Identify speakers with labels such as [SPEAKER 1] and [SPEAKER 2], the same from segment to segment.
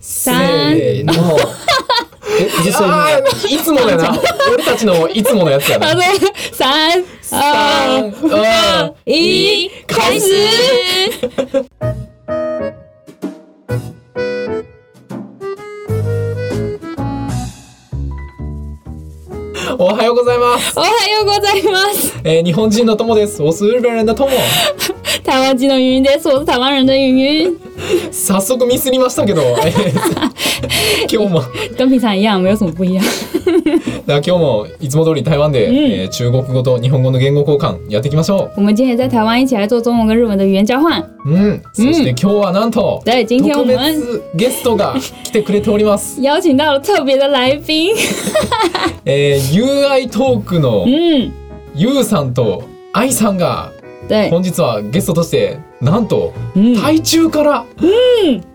[SPEAKER 1] 三
[SPEAKER 2] せーの。え、実際
[SPEAKER 3] あ
[SPEAKER 2] に。いつもやな。 俺たちのいつものやつやな。
[SPEAKER 1] 危ない三
[SPEAKER 2] 三
[SPEAKER 1] 二
[SPEAKER 2] 二
[SPEAKER 1] 一
[SPEAKER 2] 開
[SPEAKER 1] 開
[SPEAKER 2] 始
[SPEAKER 1] 始
[SPEAKER 2] おはようございます。
[SPEAKER 1] おはようございます
[SPEAKER 2] えー日本人の友です。我是日本人的友。
[SPEAKER 1] 台湾人の云云です我是台湾人的云云
[SPEAKER 2] 早速ミスりました けど。えー今日も、だか
[SPEAKER 1] 跟平常一样没有什么不一样
[SPEAKER 2] ら今日もいつも通り台湾で、えー中国語と日本語の言語交換やっていきましょ
[SPEAKER 1] 我们今天也在台湾一起来做中文跟日文的语言交换
[SPEAKER 2] う。うん。そして今日はなんと、
[SPEAKER 1] 对今天我
[SPEAKER 2] 特
[SPEAKER 1] 们
[SPEAKER 2] 別ゲストが来てくれております。
[SPEAKER 1] 邀请到了特别的来宾
[SPEAKER 2] えー、UI トークの
[SPEAKER 1] 嗯
[SPEAKER 2] ゆうさんと愛さんが
[SPEAKER 1] 对
[SPEAKER 2] 本日はゲストとしてなんと
[SPEAKER 1] 嗯
[SPEAKER 2] 台中から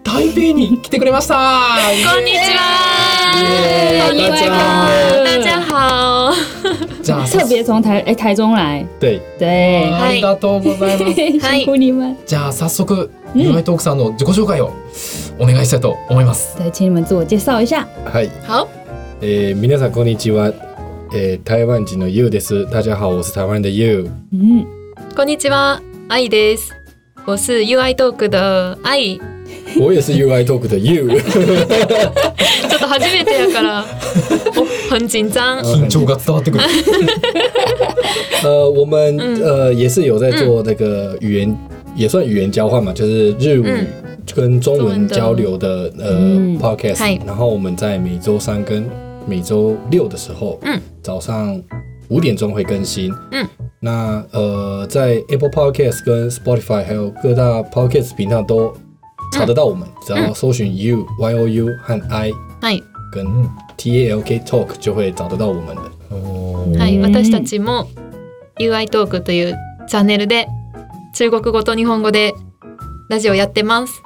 [SPEAKER 2] 台北に来てくれました。
[SPEAKER 3] こんにちは。
[SPEAKER 2] 耶
[SPEAKER 1] 意外
[SPEAKER 2] 大
[SPEAKER 1] 吧
[SPEAKER 3] 大家好。
[SPEAKER 2] じゃあ
[SPEAKER 1] 特别从台哎台中来
[SPEAKER 2] 对
[SPEAKER 1] 对
[SPEAKER 2] ありがとうござい ます。
[SPEAKER 3] はい
[SPEAKER 1] 辛苦你们
[SPEAKER 2] じゃあ早速
[SPEAKER 1] うん
[SPEAKER 2] UI トークさんの自己紹介をお願いしたいと思います。
[SPEAKER 1] 对请你们自我介绍一下
[SPEAKER 4] はい、
[SPEAKER 3] 好，
[SPEAKER 4] えー、皆さんこんにちは、えー、台湾人の You です。大家好，我是台湾的 You。
[SPEAKER 1] 嗯
[SPEAKER 3] こんにちは。愛です。我是 UI Talk 的愛。ち
[SPEAKER 4] 我也是 UI Talk 的 You。
[SPEAKER 3] ょっと初めてや から、お很紧张。
[SPEAKER 2] 緊張が伝わって くる。
[SPEAKER 4] 呃，我们
[SPEAKER 3] 嗯
[SPEAKER 4] 呃也是有在做那个语言，也算语言交换嘛，就是日
[SPEAKER 3] 嗯
[SPEAKER 4] 语跟中
[SPEAKER 3] 中文
[SPEAKER 4] 文
[SPEAKER 3] 的
[SPEAKER 4] 交流的呃
[SPEAKER 1] 嗯
[SPEAKER 3] 嗨
[SPEAKER 4] podcast。然后我们在每周三跟每周六的时候，
[SPEAKER 3] 嗯，
[SPEAKER 4] 早上五点钟会更新。
[SPEAKER 3] 嗯，
[SPEAKER 4] 那呃，在 Apple Podcast 跟 Spotify 还有各大 podcast 频道都
[SPEAKER 3] 嗯
[SPEAKER 4] 查得到我们，只要搜寻 U Y O U 和 I
[SPEAKER 3] はい。
[SPEAKER 4] 跟 T A L K Talk 就会找得到我们的。
[SPEAKER 2] おー
[SPEAKER 3] はい。
[SPEAKER 1] うん
[SPEAKER 3] 私たちも UI Talk というチャンネルで中国語と日本語でラジオやってます。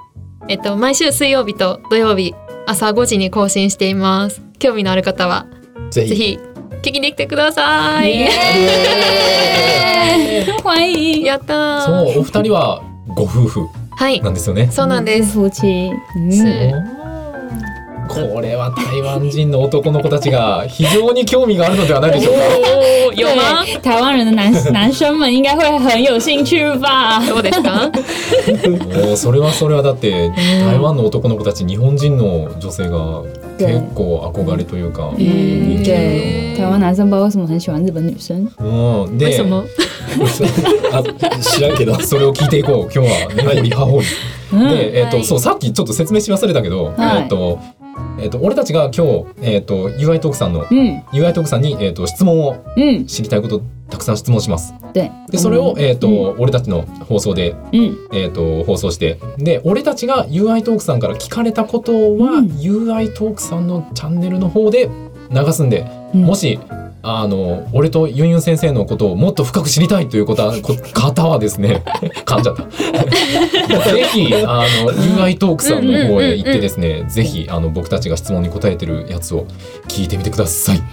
[SPEAKER 3] えっと毎週水曜日と土曜日朝5時に更新しています。興味のある方は
[SPEAKER 4] 这
[SPEAKER 3] ぜ
[SPEAKER 4] 一
[SPEAKER 3] ひ聞きに来てください。
[SPEAKER 1] 耶欢迎
[SPEAKER 3] やったー。
[SPEAKER 2] そうお二人はご夫婦
[SPEAKER 3] はい
[SPEAKER 2] な。んですよね。
[SPEAKER 3] そうなんです。
[SPEAKER 1] 夫妻，
[SPEAKER 3] 是
[SPEAKER 2] これは台湾人の男の子たちが非常に興味があるのではないでしょうか。
[SPEAKER 3] おお、有吗？
[SPEAKER 1] 对台湾人的男男生们应该会很有兴趣吧？
[SPEAKER 3] どうですか？
[SPEAKER 2] もうそれはそれはだって台湾の男の子たち日本人の女性が結構憧れというか、
[SPEAKER 1] 嗯，
[SPEAKER 3] 对
[SPEAKER 1] 台湾男生不知道为什么很喜欢日本女生，
[SPEAKER 2] うん、
[SPEAKER 3] 为
[SPEAKER 2] で
[SPEAKER 3] 什么？
[SPEAKER 4] 啊，知らんけど。
[SPEAKER 2] それを聞いていこう今日は日本リハホール。
[SPEAKER 1] 嗯，
[SPEAKER 2] で、えっと
[SPEAKER 3] はい
[SPEAKER 2] そうさっきちょっと説明し忘れたけど、
[SPEAKER 1] はい
[SPEAKER 2] えっとえっと俺たちが今日、えっと UI トークさんの
[SPEAKER 1] 嗯
[SPEAKER 2] UI トークさんに、えっと質問を
[SPEAKER 1] 嗯，
[SPEAKER 2] 知りたいことたくさん質問します。
[SPEAKER 1] 对，嗯
[SPEAKER 2] でそれ
[SPEAKER 1] 哎
[SPEAKER 2] を、えっと
[SPEAKER 1] う
[SPEAKER 2] 俺たちの放送で
[SPEAKER 1] 嗯
[SPEAKER 2] えー、と放送してで俺たちが UI トークさんから聞かれたことは、
[SPEAKER 1] うん
[SPEAKER 2] UI トークさんのチャンネルの方で流すんで、
[SPEAKER 1] うん
[SPEAKER 2] もしあの俺とユンユン先生のことをもっと深く知りたいというこ とはこ方はですね 噛んじゃったぜひあの UI トークさんの方へ行ってですね、ぜひあの僕たちが質問に答えてるやつを聞いてみてくだ さい。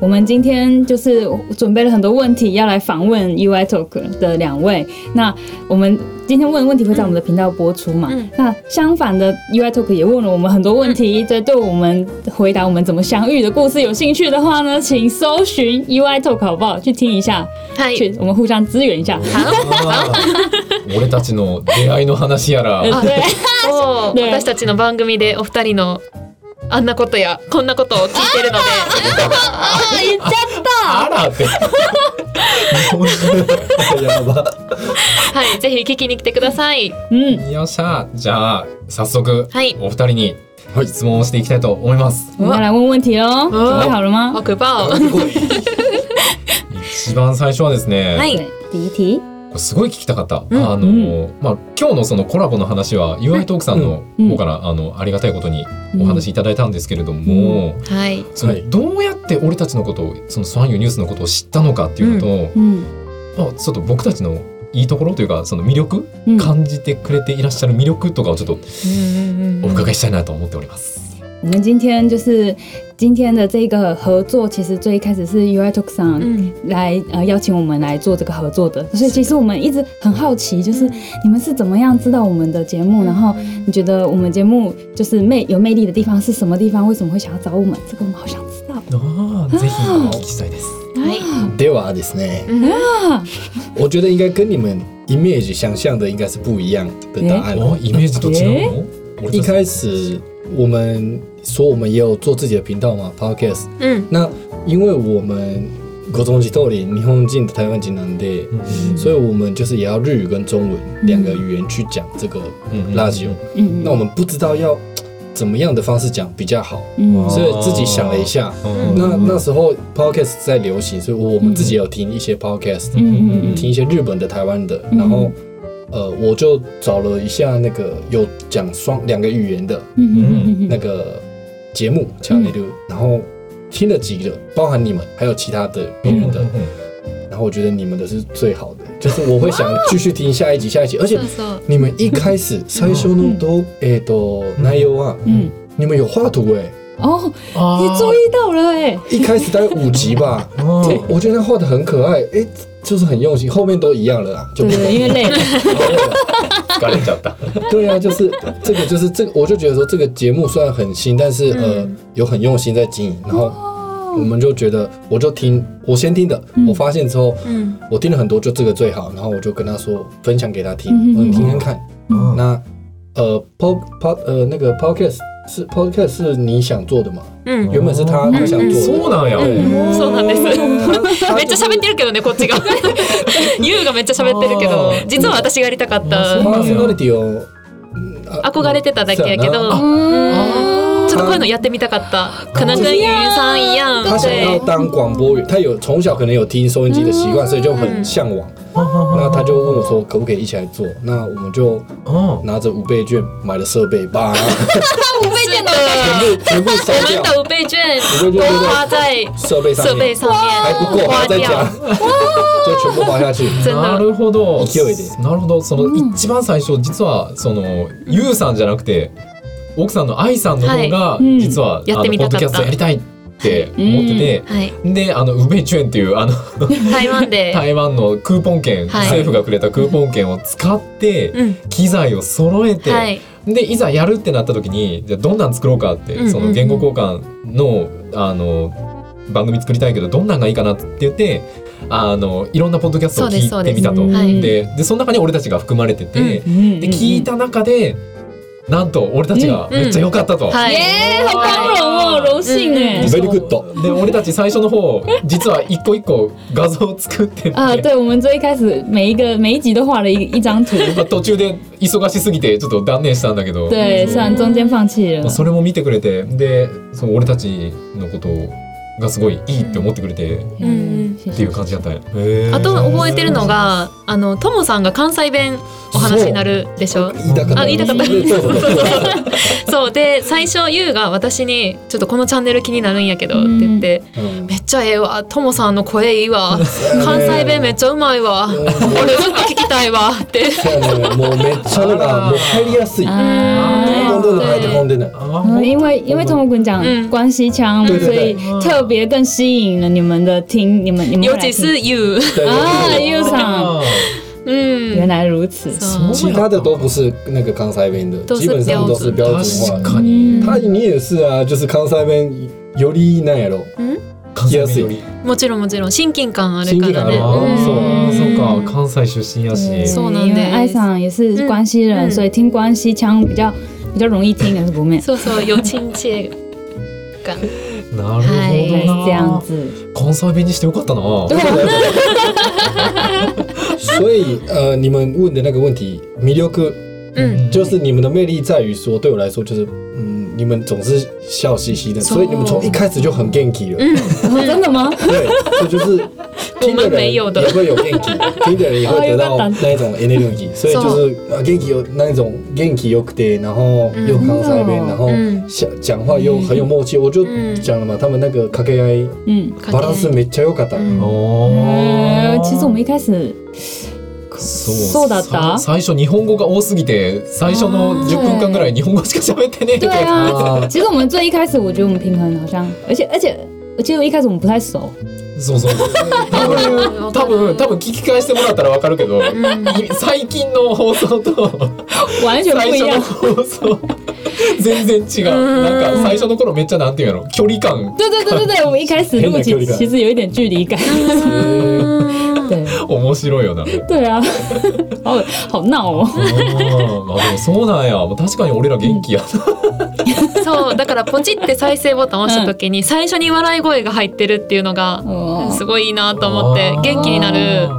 [SPEAKER 1] 我们今天就是准备了很多问题要来访问 UI Talk 的两位。那我们今天问的问题会在我们的频道播出嘛？
[SPEAKER 3] 嗯
[SPEAKER 1] 那相反的 UI Talk 也问了我们很多问题，对、对我们回答我们怎么相遇的故事有兴趣的话呢，请搜寻 UI Talk 好不好？去听一下，
[SPEAKER 3] はい。
[SPEAKER 1] 去我们互相支援一下。
[SPEAKER 2] 俺たちの出会いの話やら
[SPEAKER 1] 呃对，
[SPEAKER 3] おー
[SPEAKER 1] ね
[SPEAKER 3] 私たちの番組でお二人のあんなことやこんなことを聞いて るので、
[SPEAKER 1] 也叫
[SPEAKER 2] あらって 日本人
[SPEAKER 4] やば。
[SPEAKER 3] はい。ぜひ聞きに来てください。
[SPEAKER 1] 嗯，
[SPEAKER 2] よっしゃじゃあ早速、
[SPEAKER 3] はい
[SPEAKER 2] お二人に
[SPEAKER 4] はい
[SPEAKER 2] 質问をしていきたいと思います
[SPEAKER 1] 我们要来问问题喽，准备好了吗？
[SPEAKER 3] 奥バオ。
[SPEAKER 2] 一番最初はですね、
[SPEAKER 3] はい
[SPEAKER 1] 对，第一题，
[SPEAKER 2] これすごい聞きたかった、
[SPEAKER 3] うん
[SPEAKER 2] あの、まあ今日のそのコラボの話は UI トークさんの方から、あのありがたいことにお話いただいたんですけれども、
[SPEAKER 3] はい。
[SPEAKER 2] その
[SPEAKER 4] はい
[SPEAKER 2] どうやって俺たちのことをそのスワンユーニュースのことを知ったのかっていうのと、
[SPEAKER 1] 嗯
[SPEAKER 2] まあ、ちょっと僕たちのいいところというかその魅力、
[SPEAKER 1] 嗯，
[SPEAKER 2] 感じてくれていらっしゃる魅力とかをちょっと
[SPEAKER 3] うんうんうん
[SPEAKER 2] お伺いしたいなと思っております。
[SPEAKER 1] 我们今天就是今天的这个合作，其实最一开始是 UI Talk 上
[SPEAKER 3] 嗯，
[SPEAKER 1] 来呃邀请我们来做这个合作的，所以其实我们一直很好奇，就是你们是怎么样知道我们的节目，然后你觉得我们节目就是魅有魅力的地方是什么地方？为什么会想要找我们？这个我们好想知道。
[SPEAKER 2] ああ、ぜひお聞きしたいです。
[SPEAKER 3] はい。
[SPEAKER 4] ではですね
[SPEAKER 3] う，ん
[SPEAKER 4] 我觉得应该跟你们 image 想象的应该是不一样的答案。
[SPEAKER 2] お、イメージと違うの？俺
[SPEAKER 4] 哦一
[SPEAKER 2] たち
[SPEAKER 4] 开始我们说我们也有做自己的频道嘛，podcast。
[SPEAKER 3] うん。
[SPEAKER 4] 那因为我们国中级透领日本人的台湾人なんで，
[SPEAKER 2] うん
[SPEAKER 4] 所以我们就是也要日语跟中文两个语言去讲这个
[SPEAKER 2] うん
[SPEAKER 4] ラジオ。
[SPEAKER 1] 嗯
[SPEAKER 4] 那我们不知道要怎么样的方式讲比较好，
[SPEAKER 1] 嗯
[SPEAKER 4] 所以自己想了一下。
[SPEAKER 2] うん
[SPEAKER 4] 那那时候 podcast 在流行，所以我们自己有听一些 podcast，、
[SPEAKER 1] 嗯
[SPEAKER 4] 听一些日本的、台湾的，
[SPEAKER 1] 嗯
[SPEAKER 4] 然后呃，我就找了一下那个有讲双两个语言的
[SPEAKER 1] 嗯
[SPEAKER 4] 那个节目《强力度》，然后听了几个，包含你们，还有其他的别人
[SPEAKER 1] 嗯
[SPEAKER 4] 的，然后我觉得你们的是最好的，就是我会想继续听下一集、下一集，而且
[SPEAKER 3] そうそう。
[SPEAKER 4] 你们一开 始最初の都えっと内容は
[SPEAKER 1] 嗯
[SPEAKER 4] 你们有画图哎、
[SPEAKER 1] 哦，
[SPEAKER 2] あ
[SPEAKER 4] 啊
[SPEAKER 1] 你
[SPEAKER 2] ー
[SPEAKER 1] 注意到了哎，
[SPEAKER 4] 一开始大概五集吧，
[SPEAKER 2] あ
[SPEAKER 4] 欸
[SPEAKER 2] ー
[SPEAKER 4] 我觉得他画的很可爱，哎、就是很用心，后面都一样了啊啦，就
[SPEAKER 1] 对
[SPEAKER 4] 不
[SPEAKER 1] 对对，因为累了，
[SPEAKER 2] 疲れちゃった。
[SPEAKER 4] 对啊，就是这个，就是这个，我就觉得说这个节目虽然很新，但是呃
[SPEAKER 3] 嗯，
[SPEAKER 4] 有很用心在经营，然后
[SPEAKER 1] 哦
[SPEAKER 4] 我们就觉得，我就听，我先听的，
[SPEAKER 1] 嗯
[SPEAKER 4] 我发现之后，
[SPEAKER 3] うん。
[SPEAKER 4] 我听了很多，就这个最好，然后我就跟他说，分享给他听，
[SPEAKER 1] 嗯嗯嗯
[SPEAKER 4] 我说你听看看。
[SPEAKER 2] うん
[SPEAKER 4] 那呃，pod pod 呃那个 podcast 是 podcast 是你想做的吗？
[SPEAKER 3] うん。
[SPEAKER 4] 原本是
[SPEAKER 1] 嗯
[SPEAKER 4] 他他想
[SPEAKER 3] うん
[SPEAKER 4] 做的
[SPEAKER 2] そう。なんや。
[SPEAKER 3] うんそうな
[SPEAKER 1] 哦
[SPEAKER 3] んです。
[SPEAKER 4] 他
[SPEAKER 3] めっちゃ喋ってるけどねこっ ちが。ユウがめっちゃ喋ってるけど
[SPEAKER 2] あー
[SPEAKER 3] 実は私がやりたかっ
[SPEAKER 2] あ
[SPEAKER 3] た
[SPEAKER 2] そ。う
[SPEAKER 4] パーソナリティを
[SPEAKER 3] 憧れてただけやけ
[SPEAKER 4] そうや
[SPEAKER 3] ど、ちょ
[SPEAKER 1] 嗯
[SPEAKER 3] っとこういうのやってみたかった。可能跟语音さん一样，
[SPEAKER 4] 他想要
[SPEAKER 3] 对，
[SPEAKER 4] 当广播员，他有从小可能有听收音机的习惯，所以就很向往。那他就问我说，可不可以一起来做？那我们就
[SPEAKER 2] あ
[SPEAKER 4] 拿着五倍券买了设备，把
[SPEAKER 3] 是的。
[SPEAKER 4] 全部全部烧
[SPEAKER 3] 我
[SPEAKER 4] 掉
[SPEAKER 3] 们，的五倍券都
[SPEAKER 4] 五倍券对不
[SPEAKER 3] 花
[SPEAKER 4] 对？
[SPEAKER 3] 在
[SPEAKER 4] 设备上
[SPEAKER 3] 设备
[SPEAKER 4] 面
[SPEAKER 3] 上面，
[SPEAKER 4] 还不够，还
[SPEAKER 3] 花
[SPEAKER 4] 在加，
[SPEAKER 3] 掉，
[SPEAKER 4] 就全部花下去。
[SPEAKER 3] 真
[SPEAKER 2] な
[SPEAKER 3] 的。
[SPEAKER 2] るほど。
[SPEAKER 4] 勢いで
[SPEAKER 2] なるほど。その一番最初実はそのユウさんじゃなくて奥さんの愛さんの方が
[SPEAKER 1] いうん
[SPEAKER 2] 実はあ
[SPEAKER 3] や
[SPEAKER 2] の
[SPEAKER 3] ってみ
[SPEAKER 2] ポッド
[SPEAKER 3] たかった
[SPEAKER 2] キャストやりたいって思ってて。
[SPEAKER 3] はい、
[SPEAKER 2] であのウベチュエンっていうあの
[SPEAKER 3] 台湾で、
[SPEAKER 2] 台湾のクーポン券、
[SPEAKER 3] はい
[SPEAKER 2] 政府がくれたクーポン券を使って、
[SPEAKER 3] うん、
[SPEAKER 2] 機材を揃えて、
[SPEAKER 3] はい、
[SPEAKER 2] でいざやるってなった時にじゃあどんなん作ろうかって、
[SPEAKER 3] うんうんうん
[SPEAKER 2] その言語交換のあの番組作りたいけどどんなんがいいかなって言ってあのいろんなポッドキャストを
[SPEAKER 3] そうです
[SPEAKER 2] 聞いてみたと。
[SPEAKER 1] そう
[SPEAKER 2] で
[SPEAKER 1] です
[SPEAKER 3] はい
[SPEAKER 2] でその中に俺たちが含まれてて、
[SPEAKER 3] う
[SPEAKER 1] 嗯
[SPEAKER 2] で聞い。た中でなんと俺たちがめっちゃ良かったと。
[SPEAKER 3] はい、
[SPEAKER 1] 耶，好光荣哦，荣幸哎
[SPEAKER 3] 嗯。
[SPEAKER 4] Very good
[SPEAKER 2] で俺たち最初の方実は一個一個画像を作ってて、
[SPEAKER 1] 啊，对，我们最一开始每一个每一集都画了一一张图，
[SPEAKER 2] まあ途中で忙しすぎてちょっと断念したんだけど
[SPEAKER 1] 对，虽然中间放弃了
[SPEAKER 2] まあ、。それも見てくれてでその俺たちのことがすごいいいって思ってくれてっ
[SPEAKER 1] 嗯，谢
[SPEAKER 2] てい
[SPEAKER 1] 谢
[SPEAKER 2] う。感じだったよ。へー
[SPEAKER 3] あと覚えてるのがあのトモさんが関西弁お話になるでしょ。
[SPEAKER 4] 言いたかった。
[SPEAKER 3] あ言いたかった
[SPEAKER 4] そうそうそう
[SPEAKER 3] そうで最初ユウが私に「ちょっとこのチャンネル気になるんやけど」って言って
[SPEAKER 4] う
[SPEAKER 3] 「
[SPEAKER 4] ん
[SPEAKER 3] めっちゃええわトモさんの声いいわ関西弁めっちゃうまいわ
[SPEAKER 4] うん
[SPEAKER 3] 俺ずっと聞きたいわ」って
[SPEAKER 4] そうやねもうめっちゃなんかもう入りやすい。ど
[SPEAKER 1] 啊
[SPEAKER 4] んどん入って込んでない。
[SPEAKER 2] あ
[SPEAKER 1] 嗯，
[SPEAKER 2] ー
[SPEAKER 1] 因为因为童木滚讲
[SPEAKER 3] 嗯
[SPEAKER 1] 关系腔，
[SPEAKER 4] 对对
[SPEAKER 1] 所以
[SPEAKER 4] 对
[SPEAKER 1] 特别更吸引了你们的听，你们你们会
[SPEAKER 3] 尤
[SPEAKER 1] 来
[SPEAKER 3] 其
[SPEAKER 1] 听
[SPEAKER 3] 是ユウ。
[SPEAKER 4] 对
[SPEAKER 1] 啊
[SPEAKER 4] 对对
[SPEAKER 1] ，U 上，
[SPEAKER 2] あ
[SPEAKER 3] うん
[SPEAKER 1] 原来如此。
[SPEAKER 3] そう
[SPEAKER 4] 其他的都不是那个康塞边的，
[SPEAKER 3] 都是
[SPEAKER 4] 基本上都是标准
[SPEAKER 2] ー
[SPEAKER 4] 化
[SPEAKER 2] 確
[SPEAKER 4] 的。
[SPEAKER 2] か
[SPEAKER 1] 嗯
[SPEAKER 2] に
[SPEAKER 4] 他你也是啊，就是康塞边よりなんや ろ。
[SPEAKER 2] 関西弁より
[SPEAKER 3] もちろんもちろん親近感ある
[SPEAKER 4] 親
[SPEAKER 3] か
[SPEAKER 4] 近
[SPEAKER 3] ら
[SPEAKER 4] 感ある
[SPEAKER 3] ね
[SPEAKER 4] わ
[SPEAKER 2] あーそう
[SPEAKER 1] うん
[SPEAKER 2] そうか関西出身や
[SPEAKER 1] 对
[SPEAKER 2] し
[SPEAKER 3] そうなん
[SPEAKER 1] 因为
[SPEAKER 3] です
[SPEAKER 1] 爱上也是
[SPEAKER 3] 嗯
[SPEAKER 1] 关西人，
[SPEAKER 3] 嗯
[SPEAKER 1] 所以听关西腔比较比较容易听，可是不面。
[SPEAKER 3] そうそうよちんちえ
[SPEAKER 2] なる
[SPEAKER 3] はい
[SPEAKER 1] 对，是
[SPEAKER 2] ほど
[SPEAKER 1] 这样
[SPEAKER 2] な
[SPEAKER 1] 子。
[SPEAKER 2] 関西弁にしてよかったな
[SPEAKER 1] 对啊，
[SPEAKER 4] 所以呃，你们问的那个问题，弥留哥
[SPEAKER 3] うん
[SPEAKER 4] 就是你们的魅力在于说，对我来说就是嗯，你们总是笑嘻嘻的，
[SPEAKER 3] そう
[SPEAKER 4] 所以你们从一开始就很 ganky 了。
[SPEAKER 1] 哦真的吗？
[SPEAKER 4] 对，这就是听的
[SPEAKER 3] 我们
[SPEAKER 4] 人
[SPEAKER 3] 没
[SPEAKER 4] 也
[SPEAKER 3] 有的
[SPEAKER 4] 会有 ganky，听的人也会得到那一种 energy，所以就是呃 ganky 有那一种 ganky 有得，然后又康塞边，
[SPEAKER 1] 嗯
[SPEAKER 4] 然后
[SPEAKER 3] 嗯
[SPEAKER 4] 讲讲话又很有默契。我就
[SPEAKER 3] 嗯
[SPEAKER 4] 讲了嘛，他们那个 k K I
[SPEAKER 1] 嗯，
[SPEAKER 2] 哦
[SPEAKER 4] 巴拉斯没加油卡达，
[SPEAKER 3] うん
[SPEAKER 2] お
[SPEAKER 1] 呃
[SPEAKER 2] ー，
[SPEAKER 1] 其实我们一开始
[SPEAKER 2] そ
[SPEAKER 1] そ
[SPEAKER 2] う
[SPEAKER 1] うだった
[SPEAKER 2] さ最初日本語が多すぎて最初の
[SPEAKER 1] あー
[SPEAKER 2] 10分間ぐらい日本語しか喋ってねえみ
[SPEAKER 1] 对
[SPEAKER 2] たいな。
[SPEAKER 1] 啊，其实我们最一开始，我觉得我们平衡好像，而且而且，我记得一开始我们不太 熟，
[SPEAKER 2] そうそう。多分多分多分聞き返してもらったらわかるけど、
[SPEAKER 3] うん
[SPEAKER 2] 最近の放送と
[SPEAKER 1] 完全
[SPEAKER 2] 最
[SPEAKER 1] 不一
[SPEAKER 2] 初の
[SPEAKER 1] 样。
[SPEAKER 2] 放送全然違う。
[SPEAKER 3] うん
[SPEAKER 2] なんか最初の頃めっちゃなんていうの距離感
[SPEAKER 1] 对对对对对，我们一开始
[SPEAKER 4] 天
[SPEAKER 1] 录
[SPEAKER 4] 哪
[SPEAKER 1] 其
[SPEAKER 4] 距离感
[SPEAKER 1] 其实有一点距 离感。
[SPEAKER 3] うん
[SPEAKER 1] 对
[SPEAKER 2] 面白いよな。
[SPEAKER 1] 对啊， 好好闹哦。
[SPEAKER 2] あーあでもそうなんや。もう確かに俺ら元気や。
[SPEAKER 3] そうだからポチって再生ボタンを押した時に最初に笑い声が入ってるっていうのが
[SPEAKER 1] 哦
[SPEAKER 3] すごいいいなと思って元気になる。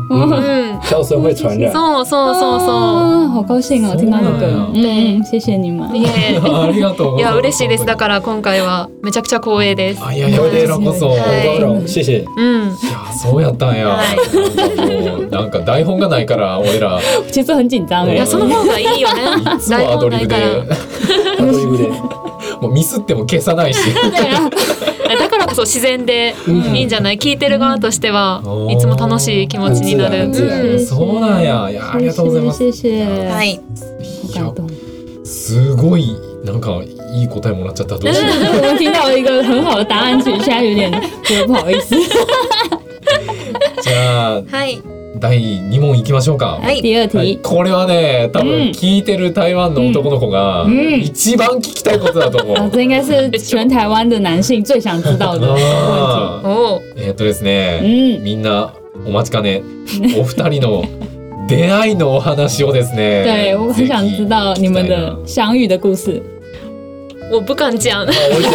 [SPEAKER 3] う
[SPEAKER 2] うん
[SPEAKER 3] ん
[SPEAKER 4] 笑声会传染。
[SPEAKER 3] そう
[SPEAKER 1] 哦
[SPEAKER 3] そうそうそ
[SPEAKER 1] 啊好高兴哦哦，听到这个，
[SPEAKER 2] 嗯
[SPEAKER 1] 嗯，嗯谢谢你们
[SPEAKER 3] う。いえ
[SPEAKER 2] ありがとうございます。
[SPEAKER 3] いや嬉しいですだから今回はめちゃくちゃ光栄です
[SPEAKER 2] あいやいやこちらこそ。
[SPEAKER 3] はい
[SPEAKER 4] 高荣，谢谢。
[SPEAKER 3] うん
[SPEAKER 2] いやそうやったんや。
[SPEAKER 3] はい
[SPEAKER 2] なんかもうなんか台本がないから俺らい
[SPEAKER 1] 其实很紧张
[SPEAKER 3] い
[SPEAKER 1] 哎
[SPEAKER 3] や。その方がいいよね
[SPEAKER 2] つもアドリブ
[SPEAKER 3] 台
[SPEAKER 2] で
[SPEAKER 3] 本ないか
[SPEAKER 4] 他都有点
[SPEAKER 2] もうミスっても消さないし。
[SPEAKER 1] 对啊，
[SPEAKER 3] らだからこそ自然で
[SPEAKER 4] うん
[SPEAKER 3] いいんじゃない聞いてる側としては
[SPEAKER 2] うん
[SPEAKER 3] いつも楽しい気持ちになる
[SPEAKER 4] 自
[SPEAKER 1] 嗯
[SPEAKER 4] 然
[SPEAKER 3] うん
[SPEAKER 2] そうなんや。いやありがとうございます。
[SPEAKER 1] 谢谢，谢谢
[SPEAKER 3] はい
[SPEAKER 1] 哎
[SPEAKER 2] い
[SPEAKER 1] 好
[SPEAKER 2] や
[SPEAKER 1] 感动。
[SPEAKER 2] すごいなんかいい答えもらっちゃったどうしよう。
[SPEAKER 1] 我们听到了一个很好的答案，其实现在有点觉得不好意思。
[SPEAKER 2] じゃあ
[SPEAKER 3] はい
[SPEAKER 2] 第二問いきましょうか。
[SPEAKER 3] は
[SPEAKER 1] 第
[SPEAKER 3] い
[SPEAKER 1] 二
[SPEAKER 2] はい
[SPEAKER 1] 题，
[SPEAKER 2] これはね多
[SPEAKER 1] うん
[SPEAKER 2] 分聞いてる台湾の男の子が
[SPEAKER 1] うん
[SPEAKER 2] 一番聞きたいことだと思う。
[SPEAKER 1] 啊，这应该是全台湾的男性最想知道的 问
[SPEAKER 2] あー
[SPEAKER 3] おう
[SPEAKER 2] えっとですね。
[SPEAKER 1] 题。嗯，
[SPEAKER 2] みんなお待ちかねお二人の出会いのお話をですね
[SPEAKER 1] 对，我很想知道你们
[SPEAKER 2] ぜひ聞きたい
[SPEAKER 1] 的相遇的故事。
[SPEAKER 3] おぶかんちゃん
[SPEAKER 4] 我想，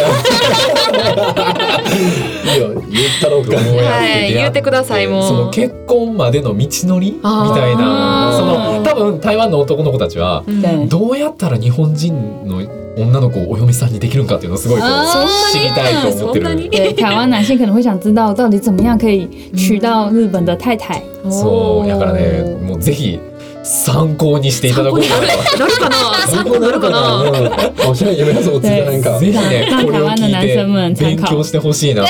[SPEAKER 4] 有有他都
[SPEAKER 2] な
[SPEAKER 4] 干
[SPEAKER 2] ど。うやって出会
[SPEAKER 3] はい言ってくださいもう
[SPEAKER 2] その結婚までの道のりみ
[SPEAKER 3] あー
[SPEAKER 2] たいなそ
[SPEAKER 1] うん
[SPEAKER 2] の多分台湾の男の子たちは
[SPEAKER 3] うん
[SPEAKER 1] 对，
[SPEAKER 4] 嗯
[SPEAKER 2] どうやったら日本人の女の子をお嫁さんにできるんかっていうのをすごいこう
[SPEAKER 1] あー
[SPEAKER 2] 知りたいと思って
[SPEAKER 3] そんな
[SPEAKER 2] る
[SPEAKER 3] に。
[SPEAKER 1] 对，台湾男性可能会想知道到底怎么样可以娶到日本的太 太。
[SPEAKER 4] 哦
[SPEAKER 1] 哦
[SPEAKER 2] そうだからねもうぜひ参考にしていただこうかな
[SPEAKER 3] 乗るかな参考乗るかな
[SPEAKER 4] 好像也没有什么自然感
[SPEAKER 2] ぜ。ひね
[SPEAKER 1] 让
[SPEAKER 2] これを
[SPEAKER 1] 台湾の男性
[SPEAKER 2] 聞
[SPEAKER 1] 们
[SPEAKER 2] いて
[SPEAKER 1] 参
[SPEAKER 2] 勉
[SPEAKER 1] 考
[SPEAKER 2] 強してほしいなと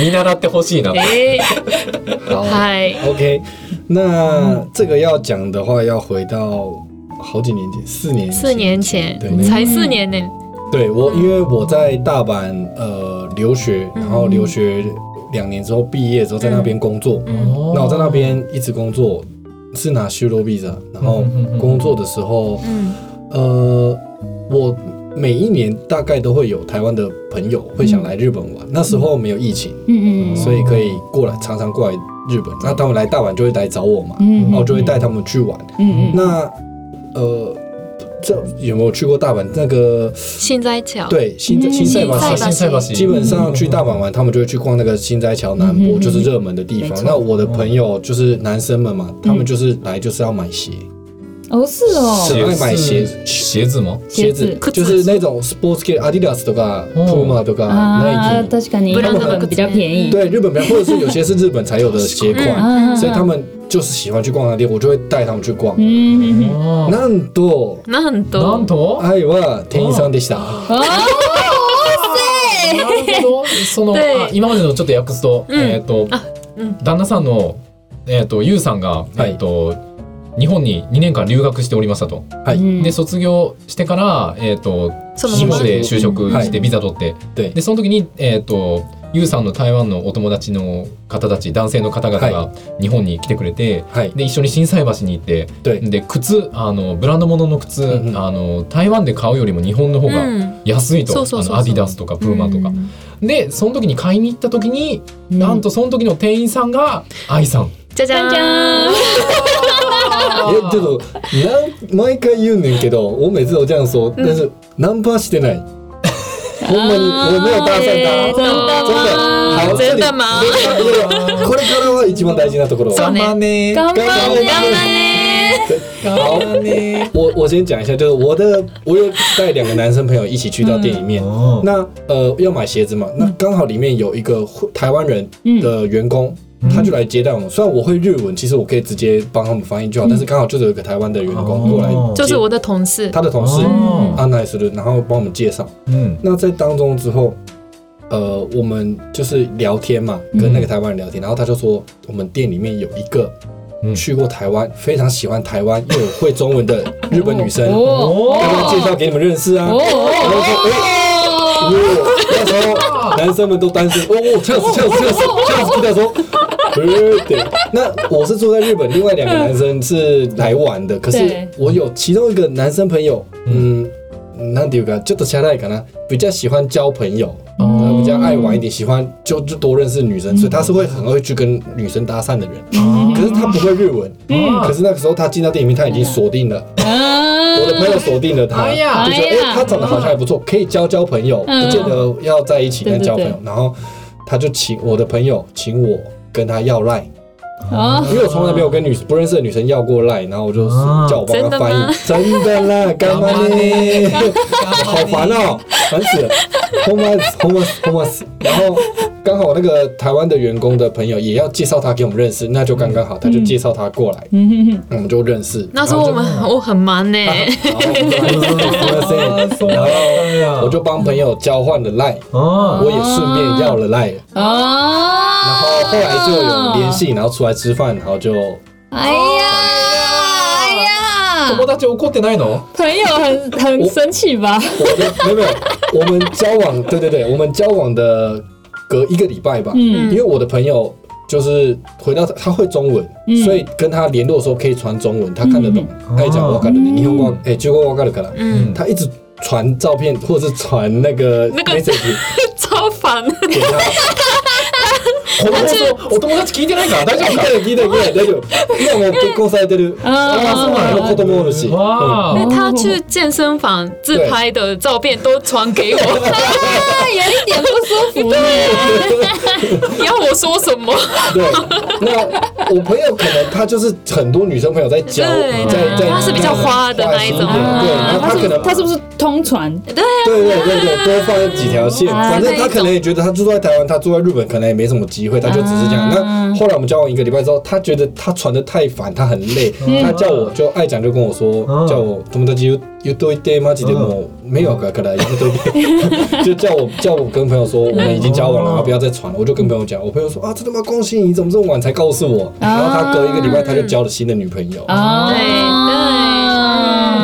[SPEAKER 2] 見習ってほしいなと。
[SPEAKER 3] えー、
[SPEAKER 4] 好
[SPEAKER 3] はい
[SPEAKER 4] ，OK，那这个要讲的话，要回到好几年前，四年前
[SPEAKER 3] 四年嗯前
[SPEAKER 4] 对，那
[SPEAKER 3] 才四年呢
[SPEAKER 4] 对我，因为我在大阪呃留学，
[SPEAKER 3] 嗯
[SPEAKER 4] 然后留学两年之后毕业之后在那边工作，
[SPEAKER 3] 嗯
[SPEAKER 4] 那我在那边一直工作，是拿 s h u r o visa，然后
[SPEAKER 2] 嗯嗯嗯嗯
[SPEAKER 4] 工作的时候，
[SPEAKER 3] うん
[SPEAKER 4] 呃，我每一年大概都会有台湾的朋友会想来日本
[SPEAKER 3] 嗯
[SPEAKER 4] 玩，那时候没有疫情，
[SPEAKER 2] 哦
[SPEAKER 1] 嗯嗯
[SPEAKER 4] 所以可以过来常常过来日本，那他们来大阪就会来找我嘛，
[SPEAKER 1] 嗯
[SPEAKER 4] 然后
[SPEAKER 1] 嗯
[SPEAKER 4] 哦我就会带他们去玩。
[SPEAKER 1] 嗯嗯，
[SPEAKER 4] 那呃，这有没有去过大阪？那个
[SPEAKER 3] 新在桥
[SPEAKER 4] 对新
[SPEAKER 1] 嗯
[SPEAKER 4] 新赛马
[SPEAKER 3] 新
[SPEAKER 4] 市
[SPEAKER 3] 赛马
[SPEAKER 2] 新
[SPEAKER 4] 基本上去大阪玩，他们就会去逛那个新斋桥南
[SPEAKER 1] 嗯嗯
[SPEAKER 4] 波，
[SPEAKER 1] 嗯
[SPEAKER 4] 就是热门的地方
[SPEAKER 3] 没。错
[SPEAKER 4] 那我的朋友就是男生们
[SPEAKER 1] 嗯
[SPEAKER 4] 嘛，他们就是来就是要买鞋，
[SPEAKER 1] 哦是哦，
[SPEAKER 4] 是
[SPEAKER 2] 子鞋子吗？
[SPEAKER 1] 鞋子
[SPEAKER 4] 子就是那种 sports gear Adidas とか
[SPEAKER 1] 哦
[SPEAKER 4] Puma とか
[SPEAKER 1] 啊，
[SPEAKER 4] Nike，
[SPEAKER 1] 確かに
[SPEAKER 3] ブ
[SPEAKER 1] 日
[SPEAKER 3] ランドの
[SPEAKER 1] 本比较便宜。
[SPEAKER 4] 对日本比较，或者是有些是日本才有的 鞋款，
[SPEAKER 1] 啊，
[SPEAKER 4] 所以他们就是喜欢去逛那店，我就会带他们去逛。
[SPEAKER 1] 嗯嗯嗯
[SPEAKER 2] な
[SPEAKER 4] なんと
[SPEAKER 3] なんと
[SPEAKER 2] なんと
[SPEAKER 4] 愛は哎店員さんでした。
[SPEAKER 1] 哦，
[SPEAKER 2] なる ほどその
[SPEAKER 3] で
[SPEAKER 2] あ今までのちょっと訳すと、
[SPEAKER 3] うん
[SPEAKER 2] えっ、と
[SPEAKER 3] あうん
[SPEAKER 2] 旦那さんのえっ、とゆうさんが、
[SPEAKER 4] はい
[SPEAKER 2] えっ、と日本に2年間留学しておりましたと。
[SPEAKER 4] はい
[SPEAKER 1] 嗯
[SPEAKER 2] で卒業してからえっ、と
[SPEAKER 3] そ
[SPEAKER 2] 日
[SPEAKER 3] のま
[SPEAKER 2] 本
[SPEAKER 3] ま
[SPEAKER 2] で就職
[SPEAKER 4] は
[SPEAKER 2] し
[SPEAKER 4] い
[SPEAKER 2] てビザ取って、
[SPEAKER 4] 对
[SPEAKER 2] でその時にえっ、とゆうさんの台湾のお友達の方たち男性の方々が日本に来てくれて、
[SPEAKER 4] はい
[SPEAKER 2] で一緒に心斎橋に行って
[SPEAKER 4] 对
[SPEAKER 2] で靴あのブランド物のの靴、
[SPEAKER 4] うんうん
[SPEAKER 2] あの台湾で買うよりも日本の方が
[SPEAKER 3] うん
[SPEAKER 2] 安いと、
[SPEAKER 3] そうそうそうそう
[SPEAKER 2] あのアディダスとかプーマとか、
[SPEAKER 3] うん
[SPEAKER 2] でその時に買いに行った時に、なんとその時の店員さんが愛さん。
[SPEAKER 3] じゃじゃ
[SPEAKER 1] じゃじゃ
[SPEAKER 3] ーん
[SPEAKER 4] えちょっとなん毎回言うねんけど我每次都这样说但是ナンパしてないほんまに俺没有搭
[SPEAKER 3] えー
[SPEAKER 4] 讪
[SPEAKER 3] と
[SPEAKER 4] 他
[SPEAKER 3] ー
[SPEAKER 4] 真的
[SPEAKER 3] ずんだまん
[SPEAKER 4] これからは一番大事なところ
[SPEAKER 3] そうね
[SPEAKER 2] ね
[SPEAKER 1] 頑張
[SPEAKER 4] 頑
[SPEAKER 1] れ，
[SPEAKER 3] 頑張れ
[SPEAKER 2] 頑張ね
[SPEAKER 4] 我我先讲一下就是我的我有带两个男生朋友一起去到店里面
[SPEAKER 2] 哦
[SPEAKER 4] 那呃要买鞋子嘛那刚好里面有一个台湾人
[SPEAKER 1] 嗯
[SPEAKER 4] 的员工他就来接待我们虽然我会日文其实我可以直接帮他们翻译就好但是刚好就是有一个台湾的员工过来
[SPEAKER 2] 哦
[SPEAKER 3] 就是
[SPEAKER 4] 接
[SPEAKER 3] 我的同事
[SPEAKER 4] 他的同事
[SPEAKER 2] 哦
[SPEAKER 4] 安奈斯的，然后帮我们介绍。
[SPEAKER 2] うん
[SPEAKER 4] 那在当中之后，呃，我们就是聊天嘛，跟那个台湾人聊天，然后他就说我们店里面有一个
[SPEAKER 2] 嗯
[SPEAKER 4] 去过台湾，非常喜欢台湾又有会中文的日本女生，
[SPEAKER 2] 哦
[SPEAKER 4] 要不要介绍给你们认识
[SPEAKER 1] 哦
[SPEAKER 4] 啊？然后说，哎、哇那时候男生们都单身，哦，哦，这样子，这样子，这样子，这样子，这样说。呃，对，那我是住在日本，另外两个男生是来玩的，可是
[SPEAKER 1] 对
[SPEAKER 4] 我有其中一个男生朋友，嗯，なんていうかちょっと狭いかな，比较喜欢交朋友，
[SPEAKER 2] 哦
[SPEAKER 4] 比较爱玩一点，喜欢就就多认识女生，所以他是会很会去跟女生搭讪的人，可是他不会日文，
[SPEAKER 2] 哦嗯
[SPEAKER 4] 可是那个时候他进到店里面，他已经锁定了我的朋友锁定了他，
[SPEAKER 2] 哎呀
[SPEAKER 4] 就觉
[SPEAKER 1] 嗯哎
[SPEAKER 4] 得哎、
[SPEAKER 1] 呀
[SPEAKER 4] 他长得好像还不错，可以交交朋友，
[SPEAKER 1] 嗯
[SPEAKER 4] 不见得要在一起，
[SPEAKER 1] 对
[SPEAKER 4] 但交
[SPEAKER 1] 对
[SPEAKER 4] 朋
[SPEAKER 1] 对
[SPEAKER 4] 友。然后他就请我的朋友请我跟他要赖，
[SPEAKER 1] 哦
[SPEAKER 4] 因为我从来没有跟女不认识的女生要过赖，然后我就
[SPEAKER 2] 啊
[SPEAKER 4] 叫我帮
[SPEAKER 3] 真
[SPEAKER 4] 他
[SPEAKER 3] 的
[SPEAKER 4] 翻
[SPEAKER 3] 吗
[SPEAKER 4] 译，真的啦，干嘛呢？好 烦哦，烦死了。homeless homeless homeless，然后刚好那个台湾的员工的朋友也要介绍他给我们认识，那就刚刚好，他就介绍他过来，
[SPEAKER 1] 嗯哼哼
[SPEAKER 4] 我们就认识。
[SPEAKER 3] 那时候我们我很忙呢，
[SPEAKER 4] 哎 我就帮朋友交换了赖，
[SPEAKER 2] 哦
[SPEAKER 4] 我也顺便要了赖，
[SPEAKER 1] 哦，
[SPEAKER 4] 然后后来就有联系，然后出来吃饭，然后就
[SPEAKER 1] 哎呀，哎呀，
[SPEAKER 2] 友達怒ってないの？
[SPEAKER 1] 朋友很很生气吧？
[SPEAKER 4] 我的没有没有，我们交往，对对对，我们交往的隔一个礼拜吧，
[SPEAKER 1] 嗯
[SPEAKER 4] 因为我的朋友就是回到他会中文，
[SPEAKER 1] 嗯
[SPEAKER 4] 所以跟他联络的时候可以传中文，他看得懂
[SPEAKER 2] 嗯，
[SPEAKER 4] 他也讲我
[SPEAKER 2] 哦
[SPEAKER 4] 看得懂，你用我哎，就我看得懂，
[SPEAKER 3] 嗯，
[SPEAKER 4] 他一直传照片或者是传那个
[SPEAKER 3] 那个
[SPEAKER 4] message
[SPEAKER 3] 超烦。
[SPEAKER 4] 给他。
[SPEAKER 2] この放送お友達聞いてないから大丈夫
[SPEAKER 4] 聞いた
[SPEAKER 2] か？
[SPEAKER 4] よ聞いたよ聞いたよ大丈夫。今もう結婚されてる。
[SPEAKER 1] あーそうなん
[SPEAKER 4] 子供おるし。
[SPEAKER 2] わあ
[SPEAKER 3] 因为他去健身房自拍的照片都传给我，
[SPEAKER 1] 那有一点不舒服呢。
[SPEAKER 3] 你要我说什么？
[SPEAKER 4] 对，那我朋友可能他就是很多女生朋友在交，
[SPEAKER 3] 对
[SPEAKER 4] 在在，
[SPEAKER 3] 他是比较花的那一种
[SPEAKER 4] 花心点对，然后
[SPEAKER 1] 他
[SPEAKER 4] 他
[SPEAKER 1] 是
[SPEAKER 4] 可
[SPEAKER 1] 不是
[SPEAKER 4] 能
[SPEAKER 1] 他是不是通传？
[SPEAKER 4] 对对对对，多放几条线，
[SPEAKER 1] 啊
[SPEAKER 4] 反正他可能也觉得他住在台湾，他住在日本可能也没什么机会，他就只是这
[SPEAKER 1] 啊
[SPEAKER 4] 样。那后来我们交往一个礼拜之后，他觉得他传的太烦，他很累，
[SPEAKER 1] 嗯
[SPEAKER 4] 他叫我就爱讲就跟我说
[SPEAKER 2] 嗯，
[SPEAKER 4] 叫我友達言うといてマジでも
[SPEAKER 1] 嗯
[SPEAKER 4] う迷惑から言うといて 就叫我叫我跟朋友说我们已经交往
[SPEAKER 2] 嗯
[SPEAKER 4] 了，然后不要再传了。我就跟朋友讲，我朋友说啊，真的吗？恭喜你，怎么这么晚才告诉我？然后他隔一个礼拜他就交了新的女朋友。
[SPEAKER 1] 哦，
[SPEAKER 3] 对对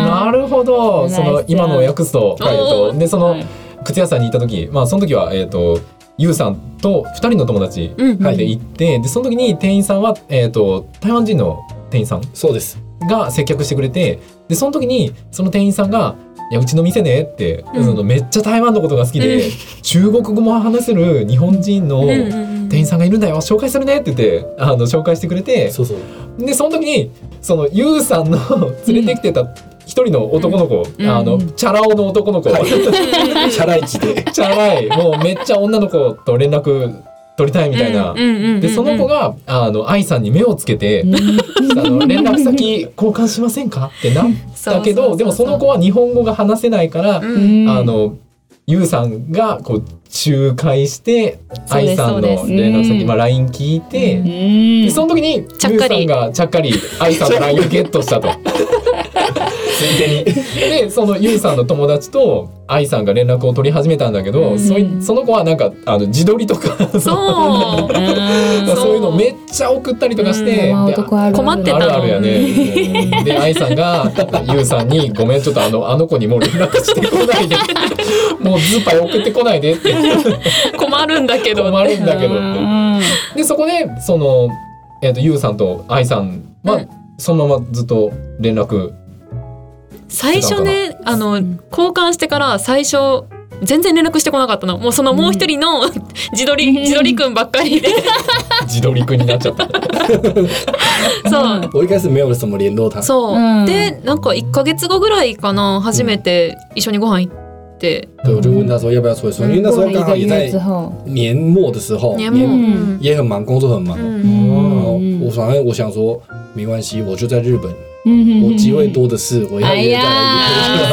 [SPEAKER 2] なるほど。その今のを訳すと、
[SPEAKER 3] は
[SPEAKER 2] え
[SPEAKER 3] い
[SPEAKER 2] っとでその
[SPEAKER 1] はい
[SPEAKER 2] 靴屋さんに行った時、まあその時はえっとゆうさんと二人の友達
[SPEAKER 3] 嗯，
[SPEAKER 4] はい
[SPEAKER 2] で行って、でその時に店員さんはえっと台湾人の店員さん
[SPEAKER 4] そうです。
[SPEAKER 2] が接客してくれてでその時にその店員さんが「いやうちの店ね」って、
[SPEAKER 3] うん
[SPEAKER 2] そのめっちゃ台湾のことが好きで、
[SPEAKER 3] うん
[SPEAKER 2] 中国語も話せる日本人の
[SPEAKER 3] 嗯
[SPEAKER 2] 店
[SPEAKER 3] 嗯
[SPEAKER 2] 員さんがいるんだよ紹介するねって言ってあの紹介してくれて
[SPEAKER 4] そうそう。
[SPEAKER 2] でその時にそのゆうさんの連れてきてた一人の男の子、
[SPEAKER 3] うん
[SPEAKER 2] あのチャラ男の男の子、
[SPEAKER 4] はい
[SPEAKER 2] チ
[SPEAKER 4] チャラいちで。
[SPEAKER 2] ャラ いもうめっちゃ女の子と連絡取りたいみたいな。
[SPEAKER 3] 嗯
[SPEAKER 2] でその子があの愛さんに目をつけて、あの連絡先交換しませんかってなったけ
[SPEAKER 3] そうそうそうそ
[SPEAKER 2] ど
[SPEAKER 3] う
[SPEAKER 2] でもその子は日本語が話せないから、
[SPEAKER 3] 嗯
[SPEAKER 2] あのゆうさんがこう仲介して
[SPEAKER 3] そうで
[SPEAKER 2] 愛
[SPEAKER 3] す
[SPEAKER 2] さんの
[SPEAKER 3] そうです
[SPEAKER 2] 連絡先、
[SPEAKER 1] うん
[SPEAKER 2] まあ、LINE 聞いて、
[SPEAKER 1] 嗯
[SPEAKER 2] でその時にゆう
[SPEAKER 3] ち
[SPEAKER 2] さ
[SPEAKER 3] ゃっ
[SPEAKER 2] ん
[SPEAKER 3] かり
[SPEAKER 2] がちゃっかり愛さんの LINE をゲットした と。
[SPEAKER 4] ついでに。
[SPEAKER 2] でそのゆうさんの友達と愛さんが連絡を取り始めたんだけど、
[SPEAKER 3] うん
[SPEAKER 2] そいその子はなんかあの自撮りとか
[SPEAKER 3] そ う
[SPEAKER 2] そういうのめっちゃ送ったりとかして、
[SPEAKER 1] まあ
[SPEAKER 2] で
[SPEAKER 1] 男あるある
[SPEAKER 3] 困ってた
[SPEAKER 2] あ
[SPEAKER 3] の
[SPEAKER 2] るあるやね。で、愛さんが、ゆうさんに、ごめん、ちょっとあの、あの子にもう連絡してこない で。もうズーパイ送ってこないでって
[SPEAKER 3] 困るんだけ ど
[SPEAKER 2] 困るんだけどって。
[SPEAKER 1] 嗯
[SPEAKER 2] で、そこで、その、えっ、と、ゆうさんと愛さんは、
[SPEAKER 3] うん
[SPEAKER 2] そのままずっと連絡。
[SPEAKER 3] 最初ねあの
[SPEAKER 1] ん
[SPEAKER 3] 交換してから最初全然連絡してこなかったのもうそのもう一人の 自撮り
[SPEAKER 1] うん
[SPEAKER 3] 自撮りくんばっかりで
[SPEAKER 2] 自撮りくんになっちゃ った。
[SPEAKER 3] そう
[SPEAKER 4] 我一开始没有什么联络他。
[SPEAKER 3] そう、
[SPEAKER 1] うん
[SPEAKER 3] でなんか1ヶ月後ぐらいかな初めて一緒にご飯行って
[SPEAKER 4] 对，我就问他说要不要出来说，因为那时
[SPEAKER 1] 嗯过
[SPEAKER 4] 候
[SPEAKER 1] 了一个
[SPEAKER 4] 刚好也
[SPEAKER 1] 月
[SPEAKER 4] 在
[SPEAKER 1] 之后，
[SPEAKER 4] 年末的时候，
[SPEAKER 3] 年末
[SPEAKER 1] うん
[SPEAKER 4] 也很忙，工作很忙。
[SPEAKER 3] うん
[SPEAKER 4] 然
[SPEAKER 2] 嗯
[SPEAKER 4] 后
[SPEAKER 1] 嗯
[SPEAKER 4] 我反正我想说，没关系，我就在日本，
[SPEAKER 1] 嗯
[SPEAKER 4] 我机会。多的是，我要
[SPEAKER 1] 哎
[SPEAKER 4] 约在
[SPEAKER 1] 呀，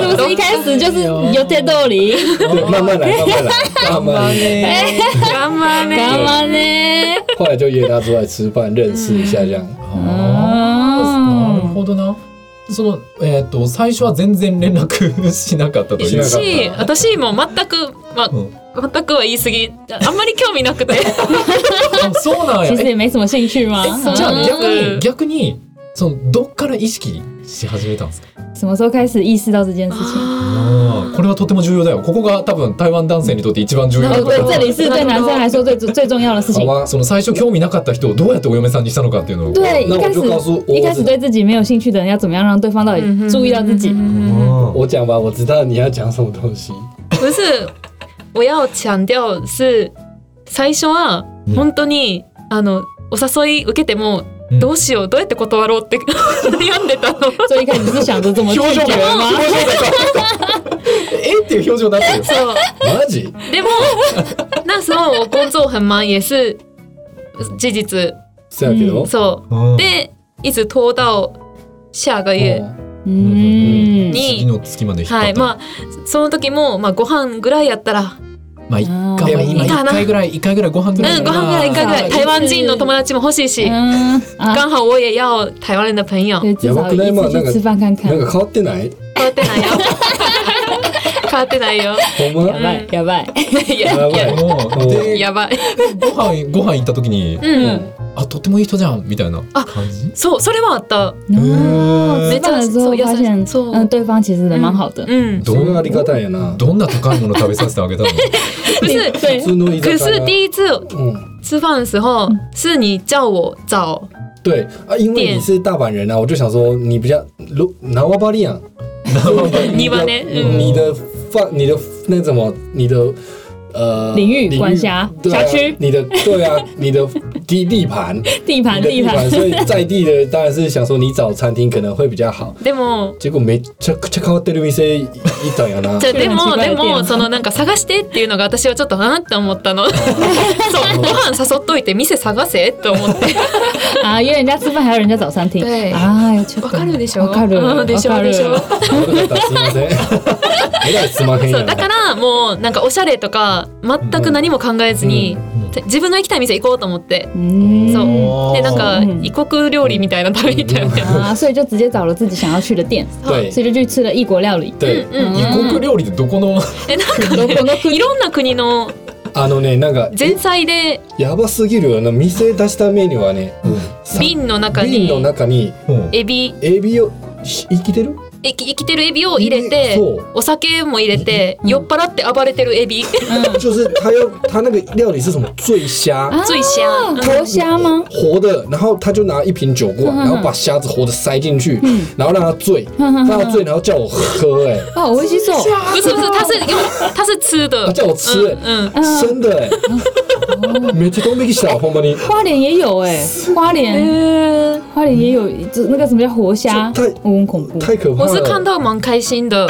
[SPEAKER 4] 日
[SPEAKER 1] 是不是一开始就是有这道 理？
[SPEAKER 4] 本。 对，慢慢来，慢慢来，慢慢
[SPEAKER 1] 欸
[SPEAKER 4] 来。
[SPEAKER 2] ね。
[SPEAKER 1] 哎
[SPEAKER 3] 頑張れ
[SPEAKER 1] 干嘛呢？
[SPEAKER 4] 后来就约他出来吃饭，认识一下这样。
[SPEAKER 2] あ
[SPEAKER 1] 哦
[SPEAKER 2] ーなるほどな。その、えっ、と、最初は全然連絡しなかったという
[SPEAKER 4] しなかっ
[SPEAKER 2] か。
[SPEAKER 3] し私も全く、まあ
[SPEAKER 2] うん
[SPEAKER 3] 全くは言い過ぎあんまり興味なくて
[SPEAKER 2] あそうなんや
[SPEAKER 1] 其实
[SPEAKER 2] え
[SPEAKER 1] 也没什么兴趣啊吗？
[SPEAKER 3] え
[SPEAKER 2] じゃあ逆
[SPEAKER 3] う
[SPEAKER 2] に
[SPEAKER 3] ん
[SPEAKER 2] 逆にそのどっから意識し始めたんですか
[SPEAKER 1] 什么时候开始意识到这件事情？
[SPEAKER 2] あーこれはとても重要だよここが多分台湾男性にとって一番重要
[SPEAKER 3] な
[SPEAKER 2] な
[SPEAKER 3] る
[SPEAKER 2] と
[SPEAKER 3] ほ
[SPEAKER 2] こ
[SPEAKER 3] ど
[SPEAKER 1] 哦对，
[SPEAKER 2] ろ
[SPEAKER 1] 这里是对男生来说最最重要的事
[SPEAKER 4] 好
[SPEAKER 1] 情。
[SPEAKER 4] 吧，
[SPEAKER 2] その最初興味なかった人をどうやってお嫁さんにしたのかっていうのを
[SPEAKER 1] 对，一
[SPEAKER 4] 那我
[SPEAKER 1] 开
[SPEAKER 4] 就告
[SPEAKER 1] 始
[SPEAKER 4] 诉我
[SPEAKER 1] 一开始对自己没有兴趣的人，要怎么样让对方到底注意到自己？
[SPEAKER 4] 我讲吧，我知道你要讲什么东西。
[SPEAKER 3] 不是我要强调是最初は
[SPEAKER 2] うん
[SPEAKER 3] 本当に、あのお誘い受けても
[SPEAKER 2] うん
[SPEAKER 3] どうしようどうやって断ろうって 悩んでたの。
[SPEAKER 1] 所以一开始是想着怎么
[SPEAKER 2] 表
[SPEAKER 1] 拒
[SPEAKER 2] 情が表情
[SPEAKER 1] 绝
[SPEAKER 2] が
[SPEAKER 1] 吗？
[SPEAKER 2] えっていう表情になって る
[SPEAKER 3] そう
[SPEAKER 2] マジ
[SPEAKER 3] でも那时候我工作很忙也是事実
[SPEAKER 4] 是啊，给
[SPEAKER 1] 嗯
[SPEAKER 4] 我。
[SPEAKER 3] そうで一直拖到下个月
[SPEAKER 4] 哦
[SPEAKER 1] 嗯，
[SPEAKER 2] 次の月まで引っ張った、
[SPEAKER 3] はいまあその時もまあご飯ぐらいやったら
[SPEAKER 2] まあ一回
[SPEAKER 1] あ
[SPEAKER 2] は
[SPEAKER 1] ー
[SPEAKER 2] 今
[SPEAKER 3] いいか
[SPEAKER 2] 一
[SPEAKER 3] な
[SPEAKER 2] 回ぐらい一回ぐらいご飯ぐらい
[SPEAKER 3] うんご飯ぐらい一回ぐら
[SPEAKER 1] あ
[SPEAKER 3] い
[SPEAKER 1] ー
[SPEAKER 3] 台湾人の友達も欲しいし
[SPEAKER 1] 嗯啊，
[SPEAKER 3] 刚好我也要台湾人的朋友
[SPEAKER 1] 对，至少一次去吃饭看看
[SPEAKER 4] 那。个靠电奶，
[SPEAKER 3] 変わって ないよ変わってないよ
[SPEAKER 4] 好吗
[SPEAKER 1] や？ばいやばい。
[SPEAKER 4] やばい。
[SPEAKER 2] うんで
[SPEAKER 3] やばい
[SPEAKER 2] ご飯ご飯行った時に
[SPEAKER 3] うん
[SPEAKER 2] あとってもいい人じゃんみたいな
[SPEAKER 3] あ
[SPEAKER 2] 感じ
[SPEAKER 3] そうそれはあった
[SPEAKER 1] 嗯，吃饭了之后发现，嗯，对方其实人蛮好的。
[SPEAKER 3] うん
[SPEAKER 4] そ
[SPEAKER 2] ど
[SPEAKER 4] れがあり
[SPEAKER 2] ん
[SPEAKER 4] がたいや
[SPEAKER 1] 嗯
[SPEAKER 4] な。
[SPEAKER 2] どんな高いもの食べさせてあげ たの
[SPEAKER 3] 不是
[SPEAKER 1] 对
[SPEAKER 4] 普，通の居
[SPEAKER 3] 可
[SPEAKER 4] 酒
[SPEAKER 3] 是
[SPEAKER 4] 屋。
[SPEAKER 3] 第一次
[SPEAKER 4] 嗯，
[SPEAKER 3] 吃饭的时候是你叫我找
[SPEAKER 4] 对啊，因为你是大阪人啊，我就想说你比较，如拿瓦巴利 亚，
[SPEAKER 3] 你吧呢嗯
[SPEAKER 4] 你的范，你的那怎么，你的呃
[SPEAKER 1] 领域管辖
[SPEAKER 4] 对
[SPEAKER 1] 辖
[SPEAKER 4] 啊
[SPEAKER 1] 区
[SPEAKER 4] 你的对啊，你的地 地盘，
[SPEAKER 1] 地盘
[SPEAKER 4] 你的
[SPEAKER 1] 地盘。
[SPEAKER 4] 所以在地的当然是想说你找餐厅可能会比较好。
[SPEAKER 3] でも
[SPEAKER 4] 结果めっちゃくちゃ変わってる店いたんやな。
[SPEAKER 3] じゃ
[SPEAKER 1] そう
[SPEAKER 3] あ
[SPEAKER 1] い
[SPEAKER 3] で
[SPEAKER 1] うの
[SPEAKER 3] も
[SPEAKER 1] 違いっ
[SPEAKER 3] で
[SPEAKER 1] ていう
[SPEAKER 3] も
[SPEAKER 1] の
[SPEAKER 3] そのなんか探してっていうのが私はちょっとなって思 ったのそうご飯誘っといて店探せって思って
[SPEAKER 1] 啊，约人家吃饭还要人家早餐厅
[SPEAKER 3] 对
[SPEAKER 1] 啊，有这个
[SPEAKER 3] わかるでしょ
[SPEAKER 1] わかる
[SPEAKER 3] うんでし
[SPEAKER 1] わ
[SPEAKER 3] ょ
[SPEAKER 1] かる
[SPEAKER 3] でしょ
[SPEAKER 4] 悪かったすいません。 えら いすまへん
[SPEAKER 3] そ
[SPEAKER 4] や
[SPEAKER 3] うだか
[SPEAKER 4] な。
[SPEAKER 3] らもうなんかおしゃれとか全く何も考えずに、て自分の行きたい店行こうと思って
[SPEAKER 1] 嗯，
[SPEAKER 3] そう
[SPEAKER 2] おー
[SPEAKER 3] でなんか
[SPEAKER 1] うん
[SPEAKER 3] 異国料理みたいな食べみたいな
[SPEAKER 1] 啊，所以就直接找了自己想要去的店，
[SPEAKER 4] 对
[SPEAKER 1] 所以就去吃了异国料理。
[SPEAKER 4] 对
[SPEAKER 3] う
[SPEAKER 1] うん
[SPEAKER 3] ん
[SPEAKER 2] 異国料理ってどこの
[SPEAKER 3] えなんか
[SPEAKER 1] どこの
[SPEAKER 3] ね
[SPEAKER 1] 国
[SPEAKER 3] いろんな国の
[SPEAKER 4] あのねなんか
[SPEAKER 3] 前菜で
[SPEAKER 4] やばすぎるよな店出したメニューはねさ
[SPEAKER 3] 瓶の中
[SPEAKER 4] 瓶の
[SPEAKER 3] に
[SPEAKER 4] 中に
[SPEAKER 2] うん
[SPEAKER 3] エビ
[SPEAKER 4] エビをし生きてる
[SPEAKER 3] えき生きてるエビを入れて
[SPEAKER 4] そう
[SPEAKER 3] お酒も入れて
[SPEAKER 1] うん
[SPEAKER 3] 酔っ払って暴れてるエビ
[SPEAKER 1] 嗯
[SPEAKER 4] 就是他要他那个料理是什么醉虾
[SPEAKER 1] 啊
[SPEAKER 3] 醉虾
[SPEAKER 1] 啊
[SPEAKER 3] 嗯
[SPEAKER 1] 活虾吗？
[SPEAKER 4] 活的，然后他就拿一瓶酒过来，
[SPEAKER 1] 嗯嗯嗯
[SPEAKER 4] 然后把虾子活的塞进去，然后让它醉，
[SPEAKER 1] 嗯嗯嗯
[SPEAKER 4] 让它醉，然后叫我喝，哎，
[SPEAKER 1] 哦，我会去做。
[SPEAKER 3] 不是不是他是他是吃的
[SPEAKER 4] 他叫我吃，哎
[SPEAKER 3] 嗯嗯
[SPEAKER 1] 嗯
[SPEAKER 4] 真的，哎，每次都没给小红包你。
[SPEAKER 1] 花莲也有哎，花莲
[SPEAKER 3] え
[SPEAKER 1] 花莲也有，就那个什么叫活虾
[SPEAKER 4] 就太，
[SPEAKER 1] 我很恐怖。
[SPEAKER 4] 太可怕
[SPEAKER 3] 我是看
[SPEAKER 4] 了！
[SPEAKER 3] 到蛮开心的，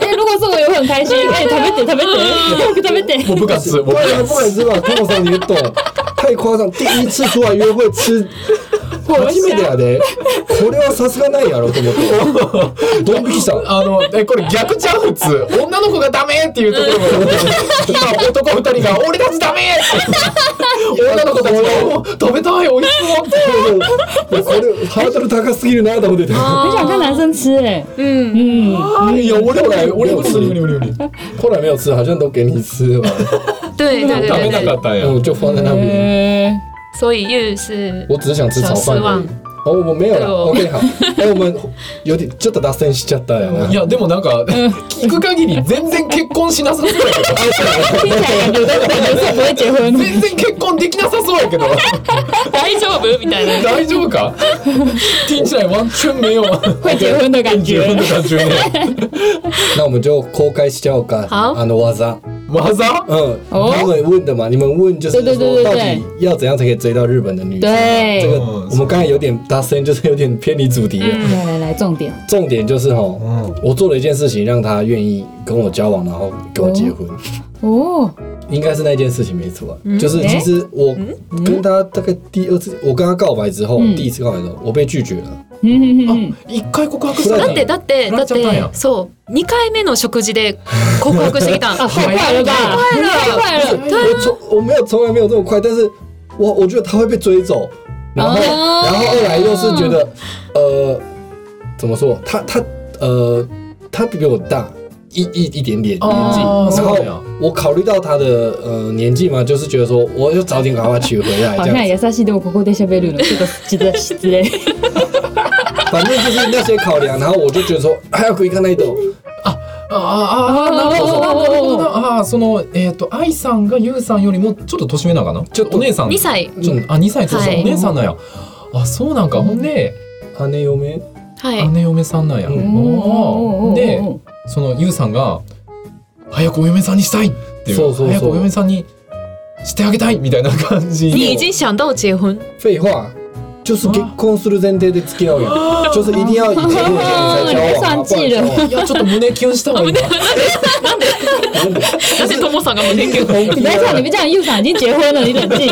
[SPEAKER 1] 哎，如果是我也会很开心。哎，食べて食べ て食べて。
[SPEAKER 2] 我不敢 吃，我不
[SPEAKER 4] 不然
[SPEAKER 2] 敢
[SPEAKER 4] 不
[SPEAKER 2] 吃。
[SPEAKER 4] 敢吃吧，通常你也懂，太夸张。第一次出来约会吃
[SPEAKER 1] 活
[SPEAKER 4] 初めて
[SPEAKER 1] 虾
[SPEAKER 4] やで。これはさすがないやろと思って。ドン引きした。
[SPEAKER 2] あのえこれ逆じゃん普通女の子がダメっていうところも今男二人が「俺たちダメ!」っ て女の子たちがお「食べたい美味しそう」って
[SPEAKER 4] これハードル高すぎるなと思ってて。
[SPEAKER 1] 很想看男生吃哎。
[SPEAKER 3] 嗯。
[SPEAKER 1] 嗯，
[SPEAKER 2] いや俺俺俺無理無理無理無理無理
[SPEAKER 4] 后来没有吃，好像都给你吃了吧，
[SPEAKER 3] 对对对
[SPEAKER 2] 食べ
[SPEAKER 3] 对
[SPEAKER 2] なか
[SPEAKER 3] 对，
[SPEAKER 2] ったんや
[SPEAKER 4] 我就放在那边。
[SPEAKER 1] 哎
[SPEAKER 3] 所以又是
[SPEAKER 4] 我只是想吃炒饭
[SPEAKER 3] 小失
[SPEAKER 4] 而已
[SPEAKER 3] 望。
[SPEAKER 4] 哦，我没有
[SPEAKER 3] 对
[SPEAKER 4] 了。
[SPEAKER 3] 哦
[SPEAKER 4] OK，好。哎，我们有点ちょっと脱線しちゃったよな。
[SPEAKER 2] いやでもなんか聞く限り全然結婚しなさそうやけど
[SPEAKER 1] 听起来感觉都感觉是不会结婚的。
[SPEAKER 2] 全然結婚できなさそうやけど
[SPEAKER 3] 大丈夫みた いな。
[SPEAKER 2] 大丈夫か听起来完全没有
[SPEAKER 1] 会结婚的感
[SPEAKER 2] 结婚
[SPEAKER 1] 觉。
[SPEAKER 2] 的感觉ね
[SPEAKER 4] 那我们就公开しちゃおうか。
[SPEAKER 3] 好
[SPEAKER 4] あの技。
[SPEAKER 2] 技
[SPEAKER 4] 嗯，
[SPEAKER 1] 哦
[SPEAKER 4] 他们问的嘛，你们问就
[SPEAKER 1] 对
[SPEAKER 4] 是
[SPEAKER 1] 对对
[SPEAKER 4] 说
[SPEAKER 1] 对
[SPEAKER 4] 到
[SPEAKER 1] 对
[SPEAKER 4] 底要怎样才可以追到日本的女生？
[SPEAKER 1] 对
[SPEAKER 4] 这个
[SPEAKER 2] 嗯
[SPEAKER 4] 我们刚才有点搭声，就是有点偏离主题了。
[SPEAKER 3] 嗯
[SPEAKER 1] 来来来，重点。
[SPEAKER 4] 重点就是哈
[SPEAKER 2] 嗯，
[SPEAKER 4] 我做了一件事情，让她愿意跟我交往，然后跟我结婚，
[SPEAKER 1] 哦，
[SPEAKER 4] 应该是那件事情没错啊。
[SPEAKER 1] 嗯
[SPEAKER 4] 就是其实我跟她大概第二次，我跟她告白之后，
[SPEAKER 1] 嗯
[SPEAKER 4] 第一次告白之后，我被拒绝了。
[SPEAKER 1] 嗯嗯
[SPEAKER 2] あ
[SPEAKER 1] 嗯，
[SPEAKER 2] 一回告白し
[SPEAKER 4] だ
[SPEAKER 2] た
[SPEAKER 3] だ
[SPEAKER 4] っ
[SPEAKER 3] ってだって
[SPEAKER 2] 振られ
[SPEAKER 3] だっ
[SPEAKER 2] ちゃったんや
[SPEAKER 3] てそう2回目の食事で告白してきた
[SPEAKER 1] 啊，太快了吧，太快了。
[SPEAKER 4] 我从我没有从来没有这么快，但是我我觉得他会被追走，然后、
[SPEAKER 1] 哦
[SPEAKER 4] 然后后来又是觉得，呃，怎么说？他他呃，他比我大，一一一点点年纪，
[SPEAKER 2] 哦
[SPEAKER 4] 然
[SPEAKER 2] そう
[SPEAKER 4] 后
[SPEAKER 2] なんや
[SPEAKER 4] 我考虑到他的呃年纪嘛，就是觉得说我就早点把他娶回来
[SPEAKER 1] 好
[SPEAKER 4] 这
[SPEAKER 1] 像
[SPEAKER 4] 样子。
[SPEAKER 1] 優しいでもここで喋るのちょっと失礼。
[SPEAKER 4] 反正就是那些考量，然后我就觉得说，还要可以看那一种，
[SPEAKER 2] ああああなるほどなるほどああそのえっ、と愛さんがゆうさんよりもちょっと年上なんかなちょっとお姉さん
[SPEAKER 3] 2歳
[SPEAKER 2] ちょっとあ二歳そうそう、
[SPEAKER 3] はい
[SPEAKER 2] お姉さんなんやあそうなんかほんで
[SPEAKER 4] 他那有没？
[SPEAKER 3] はい
[SPEAKER 2] 姉嫁さんなんや、
[SPEAKER 4] う
[SPEAKER 2] お
[SPEAKER 4] ん
[SPEAKER 2] ーでそのゆうさんが早くお嫁さんにしたいっていう
[SPEAKER 4] そうそうそう
[SPEAKER 2] 早くお嫁さんにしてあげたいみたいな感じの
[SPEAKER 3] 你已经想到结婚
[SPEAKER 4] 废话，就是
[SPEAKER 2] 啊
[SPEAKER 4] 结婚する前提で付き合うよ，就是一定要以结婚前提才交
[SPEAKER 1] 啊
[SPEAKER 4] 往啊，不然交往。
[SPEAKER 2] いやちょっと 胸キュンした方がいいな
[SPEAKER 4] 真的
[SPEAKER 3] だ ってとも さんが胸キュン
[SPEAKER 4] 红
[SPEAKER 1] 你
[SPEAKER 4] 皮
[SPEAKER 1] 不要笑，
[SPEAKER 4] 啊
[SPEAKER 1] 你别这样，又长已经结婚了，你冷静，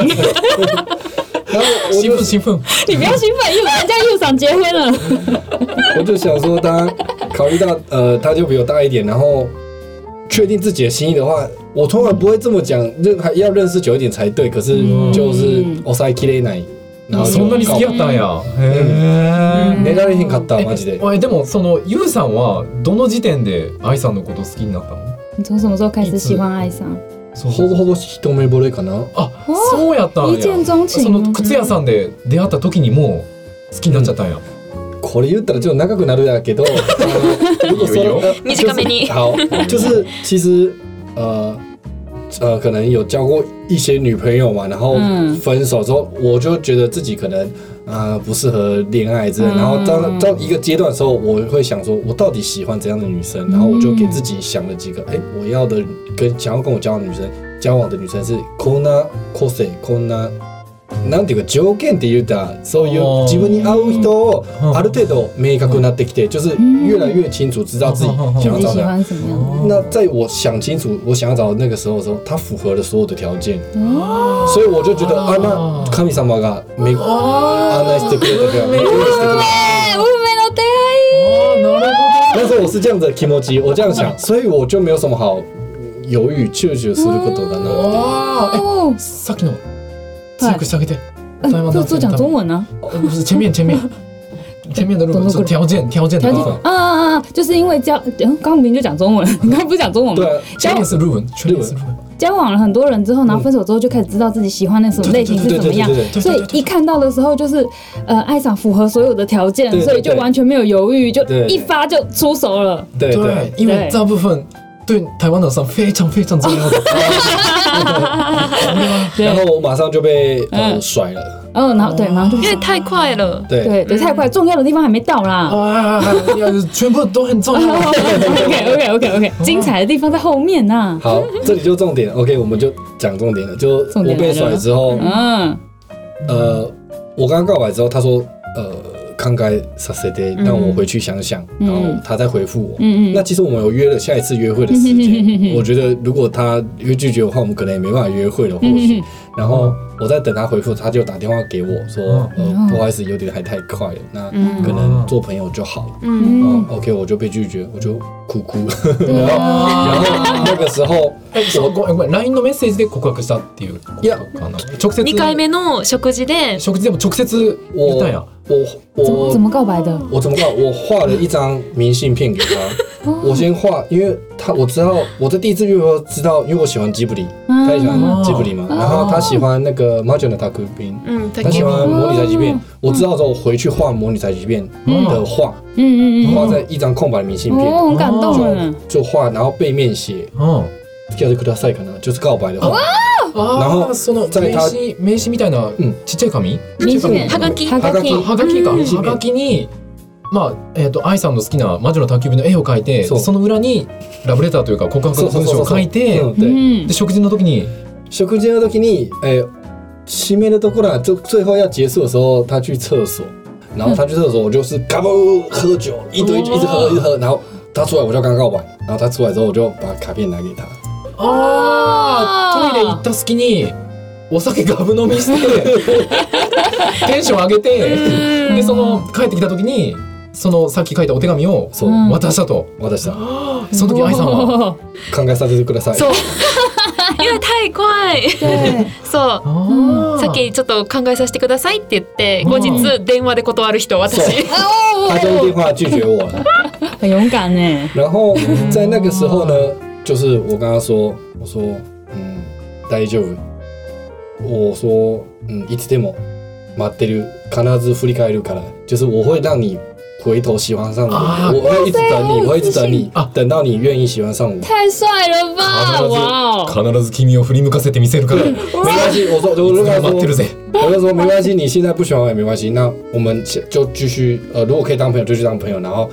[SPEAKER 4] 然后我
[SPEAKER 2] 新
[SPEAKER 4] 就
[SPEAKER 2] 聞新聞
[SPEAKER 1] 你不要兴奋，又人家又长结婚了。
[SPEAKER 4] 我就想 说，他考虑到呃，他就比我大一点，然 后确定自己的心意的话，我通常不会这么讲，认还要认识久一点才对。可是
[SPEAKER 2] 嗯
[SPEAKER 4] 就是おさえきれない。然
[SPEAKER 2] あ
[SPEAKER 4] 后
[SPEAKER 2] そんなに好きやったんやへ
[SPEAKER 3] う
[SPEAKER 2] え
[SPEAKER 3] ん
[SPEAKER 4] 寝られへんかったマジで。
[SPEAKER 2] えでもそのゆうさんはどの時点で愛さんのこと好きになったの
[SPEAKER 1] 你从什么时候开始喜欢爱上？
[SPEAKER 2] そう
[SPEAKER 4] ほぼほぼ一目惚れかな。
[SPEAKER 2] あそうやったん
[SPEAKER 1] 一
[SPEAKER 2] や
[SPEAKER 1] 见钟
[SPEAKER 2] そ
[SPEAKER 1] 情
[SPEAKER 2] の。靴屋さんで出会った時にもう好きになっちゃったんや、
[SPEAKER 4] これ言ったらちょっと長くなるやけど，
[SPEAKER 2] いいよいい
[SPEAKER 4] 如果说
[SPEAKER 2] よ
[SPEAKER 3] 短めに
[SPEAKER 4] 好，就是其实呃呃，可能有交过一些女朋友嘛，然后
[SPEAKER 1] 嗯
[SPEAKER 4] 分手之后，我就觉得自己可能啊、呃不适合恋爱之类的，
[SPEAKER 1] 嗯
[SPEAKER 4] 然后到到一个阶段的时候，我会想说，我到底喜欢怎样的女生？然后我就给自己想了几个，哎、我要的跟想要跟我交往的女生，交往的女生是こんな個性、こんななんていうか条件って言うたらそういう
[SPEAKER 2] おー
[SPEAKER 4] 自分に合う人を
[SPEAKER 2] うん
[SPEAKER 4] ある程度明確になってきて就是越来越清楚知道自己想
[SPEAKER 1] 自
[SPEAKER 4] 要
[SPEAKER 1] 己
[SPEAKER 4] 找
[SPEAKER 1] 喜
[SPEAKER 4] 的。
[SPEAKER 1] 欢什么样？
[SPEAKER 4] 那在我想清楚我想要找的那个时候的时候，他符合了所有的条件，
[SPEAKER 1] 哦，
[SPEAKER 4] 所以我就觉得
[SPEAKER 2] 哦
[SPEAKER 4] 啊，那神様がめあ
[SPEAKER 2] あ
[SPEAKER 4] 那してくれたからめしてくれた。
[SPEAKER 1] 哎，我没有对啊。
[SPEAKER 2] なる
[SPEAKER 4] 那时候我是这样子的気持ち，我这样想，所以我就没有什么好犹豫拒绝すること
[SPEAKER 2] ほ
[SPEAKER 4] だ
[SPEAKER 2] ど
[SPEAKER 4] な。
[SPEAKER 2] わあ
[SPEAKER 1] 哦
[SPEAKER 2] え，さっきの強くしてあげて、
[SPEAKER 1] 呃
[SPEAKER 2] 台湾
[SPEAKER 1] 做
[SPEAKER 2] 男
[SPEAKER 1] 做
[SPEAKER 2] 性
[SPEAKER 1] 讲
[SPEAKER 2] 他们
[SPEAKER 1] 中文呢？
[SPEAKER 2] 不是前面前面前面的路
[SPEAKER 1] 怎么
[SPEAKER 2] 是条件条件的
[SPEAKER 1] 条
[SPEAKER 2] 部
[SPEAKER 1] 件
[SPEAKER 2] 分，
[SPEAKER 1] 啊啊啊！就是因为交，嗯，刚明明就讲中文， 你刚不是讲中文吗
[SPEAKER 4] 对？啊，
[SPEAKER 2] 前面是日文，前面是日文。
[SPEAKER 1] 交往了很多人之后，然后分手之后就开始知道自己喜欢那什么类型是怎么样
[SPEAKER 4] 对对对对对对
[SPEAKER 2] 对
[SPEAKER 4] 对，
[SPEAKER 1] 所以一看到的时候就是，呃，爱上符合所有的条件
[SPEAKER 4] 对，对
[SPEAKER 1] 所以就完全没有犹豫，就
[SPEAKER 4] 对对
[SPEAKER 1] 一发就出手了。
[SPEAKER 4] 对对，
[SPEAKER 2] 因为大部分对台湾岛上非常非常重要的。
[SPEAKER 4] 然后我马上就被呃
[SPEAKER 1] 嗯
[SPEAKER 4] 甩了。
[SPEAKER 1] 嗯，然后对，马上就
[SPEAKER 3] 因为太快了
[SPEAKER 4] 哦对，哦
[SPEAKER 1] 对对，太快，重要的地方还没到啦。
[SPEAKER 2] 啊，要是全部都很重要。
[SPEAKER 1] OK OK OK OK，精
[SPEAKER 4] 哦
[SPEAKER 1] 彩的地方在后面呐。
[SPEAKER 4] 好，这里就重点，OK，我们就讲重点了。就
[SPEAKER 1] 重
[SPEAKER 4] 我
[SPEAKER 1] 点来
[SPEAKER 4] 被
[SPEAKER 1] 了
[SPEAKER 4] 甩之后，
[SPEAKER 1] 嗯，
[SPEAKER 4] 呃，我刚刚告白之后，他说，呃，慷慨撒谁的，
[SPEAKER 3] 嗯
[SPEAKER 4] 让我回去想想，
[SPEAKER 1] 嗯
[SPEAKER 4] 然后他再回复我。
[SPEAKER 1] 嗯嗯嗯
[SPEAKER 4] 那其实我们有约了下一次约会的时间，我觉得如果他又拒绝的话，我们可能也没办法约会了，或许
[SPEAKER 1] 嗯。
[SPEAKER 4] 然后我在等他回复，他就打电话给我说，
[SPEAKER 1] 哦
[SPEAKER 4] 呃，不好意思，有点还太快了，那
[SPEAKER 3] 嗯
[SPEAKER 4] 可能做朋友就好了。
[SPEAKER 3] 嗯
[SPEAKER 4] 嗯
[SPEAKER 1] 嗯
[SPEAKER 4] OK，我就被拒绝，我就哭哭。
[SPEAKER 1] 对啊
[SPEAKER 4] 然
[SPEAKER 2] あ
[SPEAKER 4] 后那个时候，
[SPEAKER 2] え、そうごめんごめん。LINE のメッセージで告白したっていうことかな。
[SPEAKER 4] いや
[SPEAKER 2] 直接
[SPEAKER 3] 2回目の食事で
[SPEAKER 2] 食事でも直接言ったんや。
[SPEAKER 4] 我
[SPEAKER 1] 嗯怎么
[SPEAKER 4] 我
[SPEAKER 1] 怎么告白的？
[SPEAKER 4] 我怎么搞？我画了一张明信片给他，我先画，因为他我知道我在第一次约会的时候知道，因为我喜欢吉卜力，
[SPEAKER 1] 嗯
[SPEAKER 4] 他也喜欢吉卜力嘛，
[SPEAKER 1] 哦
[SPEAKER 4] 然后他喜欢那个 m a r g i n a t a k u b i n
[SPEAKER 3] うん
[SPEAKER 4] 他喜欢模拟宅急便
[SPEAKER 1] 哦，
[SPEAKER 4] 我知道之后我回去画模拟宅急便的画，
[SPEAKER 1] 嗯嗯
[SPEAKER 4] 画在一张空白的明信
[SPEAKER 1] 嗯，
[SPEAKER 4] 哦片，
[SPEAKER 1] 哦，很感动啊。
[SPEAKER 4] 就画，然后背面写
[SPEAKER 2] うん。
[SPEAKER 4] “叫着克达塞”可能就是告白
[SPEAKER 1] 哦
[SPEAKER 4] 的话，然
[SPEAKER 2] あ
[SPEAKER 4] 后
[SPEAKER 2] あ、その
[SPEAKER 4] 在
[SPEAKER 2] 名
[SPEAKER 4] 他
[SPEAKER 2] 刺名刺みたいな
[SPEAKER 4] 嗯
[SPEAKER 2] ちっちゃい紙？
[SPEAKER 1] 明信片
[SPEAKER 3] はがき
[SPEAKER 1] は
[SPEAKER 4] はが
[SPEAKER 1] が
[SPEAKER 4] き
[SPEAKER 1] き。
[SPEAKER 2] はがきか。
[SPEAKER 3] うん
[SPEAKER 2] はがきに、まあ、えっ、と、愛さんの好きな魔女の宅急便の絵を描いて、
[SPEAKER 4] そう
[SPEAKER 2] その裏に。ラブレターというか、告白の文章を書いて、
[SPEAKER 4] 嗯，对。
[SPEAKER 1] 嗯
[SPEAKER 2] で、，食事の時に。
[SPEAKER 4] 食事の時に、えー、締めのところは就最后要结束的时候，他去厕所，然后他去厕所，我就是嘎嘣喝酒，一堆一直喝一直喝，然后他出来我就刚告白，然后他出来之后我就把卡片拿给他，
[SPEAKER 2] ああ、トイレ行った隙に。お酒ガブ飲みして。テンション上げて、で、その帰ってきた時に。そのさっき書いたお手紙を
[SPEAKER 4] そう、
[SPEAKER 1] うん
[SPEAKER 2] 渡したと。
[SPEAKER 4] 我在想，
[SPEAKER 2] その時愛さんは。
[SPEAKER 1] 哦
[SPEAKER 4] 考えさせてください。
[SPEAKER 3] そういや太怖い
[SPEAKER 1] 对，
[SPEAKER 3] そう
[SPEAKER 2] あー
[SPEAKER 3] さっ。きちょっと考えさせてくださいって言って後
[SPEAKER 2] う
[SPEAKER 3] 日電話で断る人
[SPEAKER 4] そ
[SPEAKER 3] 私
[SPEAKER 4] 他就用电话拒绝我了，
[SPEAKER 1] 很勇敢呢。
[SPEAKER 4] 然后在那个时候呢，就是我跟他说，我说，嗯，大丈夫。我说，嗯，いつでも待ってる、必ず振り返るから，就是我会让你回头喜欢上我，
[SPEAKER 2] 啊
[SPEAKER 4] 我会一直等你，我会一直等你
[SPEAKER 2] 好有自信啊，
[SPEAKER 4] 等到你愿意喜欢上我。
[SPEAKER 1] 太帅了吧！哇哦，
[SPEAKER 2] 必ず君を振り向かせてみせるから。 いつ
[SPEAKER 4] 没关系，我说，我就跟
[SPEAKER 2] でも
[SPEAKER 4] 他说
[SPEAKER 2] 待っ，てるぜ。
[SPEAKER 4] 我就说没关系，你现在不喜欢我也没关系，那我们就继续，呃，如果可以当朋友就去当朋友，然后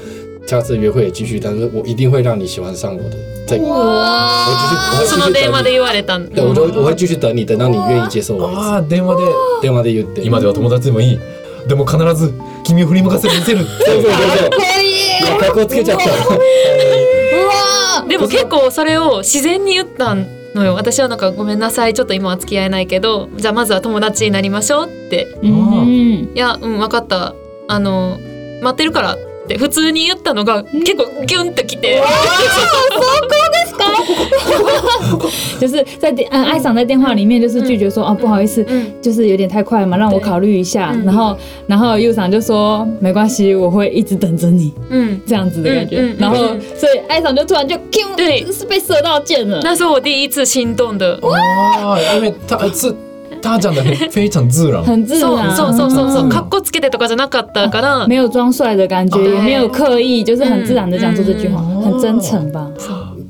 [SPEAKER 4] 下次约会也继续，但是我一定会让你喜欢上我的。这个。我继续
[SPEAKER 3] そ
[SPEAKER 4] 我
[SPEAKER 3] の
[SPEAKER 4] 会继续
[SPEAKER 3] 電話
[SPEAKER 4] 等
[SPEAKER 3] で
[SPEAKER 4] 你，
[SPEAKER 3] 言われたん
[SPEAKER 4] 对，我就我会继续等你，等到你愿意接受我
[SPEAKER 2] ああ
[SPEAKER 4] 为
[SPEAKER 2] 電話で
[SPEAKER 4] 止。电话的有点，
[SPEAKER 2] 今では友達でもいい。でも必ず君を振り向かせてみせる。
[SPEAKER 4] 对对对对，
[SPEAKER 1] 可以
[SPEAKER 4] 我开口つけちゃった。
[SPEAKER 1] 哇！
[SPEAKER 3] でも結構それを自然に言ったのよ私はなんか「ごめんなさいちょっと今は付き合えないけどじゃあまずは友達になりましょう」って
[SPEAKER 1] 嗯
[SPEAKER 3] 「いやうん分かったあの待ってるから」って普通に言ったのが結構ギュンときて
[SPEAKER 1] 就是在电嗯，艾赏在电话里面就是拒绝说哦不好意思，
[SPEAKER 3] うん
[SPEAKER 1] 就是有点太快了嘛，让我考虑一下。
[SPEAKER 3] 嗯
[SPEAKER 1] 然后然后右赏就说没关系，我会一直等着你
[SPEAKER 3] うん
[SPEAKER 1] 这样子的感觉
[SPEAKER 3] 嗯嗯。嗯
[SPEAKER 1] 然后
[SPEAKER 3] 嗯
[SPEAKER 1] 所以艾赏就突然就 Q，
[SPEAKER 3] 对
[SPEAKER 1] 是被射到箭了。
[SPEAKER 3] 那时候我第一次心动的
[SPEAKER 2] ああ因为他这他讲的很非常自然。
[SPEAKER 1] 很自
[SPEAKER 3] そう
[SPEAKER 1] 然，
[SPEAKER 3] そうそうそうそう
[SPEAKER 1] 嗯
[SPEAKER 3] かっこつけてとかじゃなかったか ら
[SPEAKER 1] 没有装帅的感觉，
[SPEAKER 3] 对
[SPEAKER 1] 也没有刻意，就是很自然的讲出这句话，
[SPEAKER 2] 嗯嗯
[SPEAKER 1] 很真诚吧？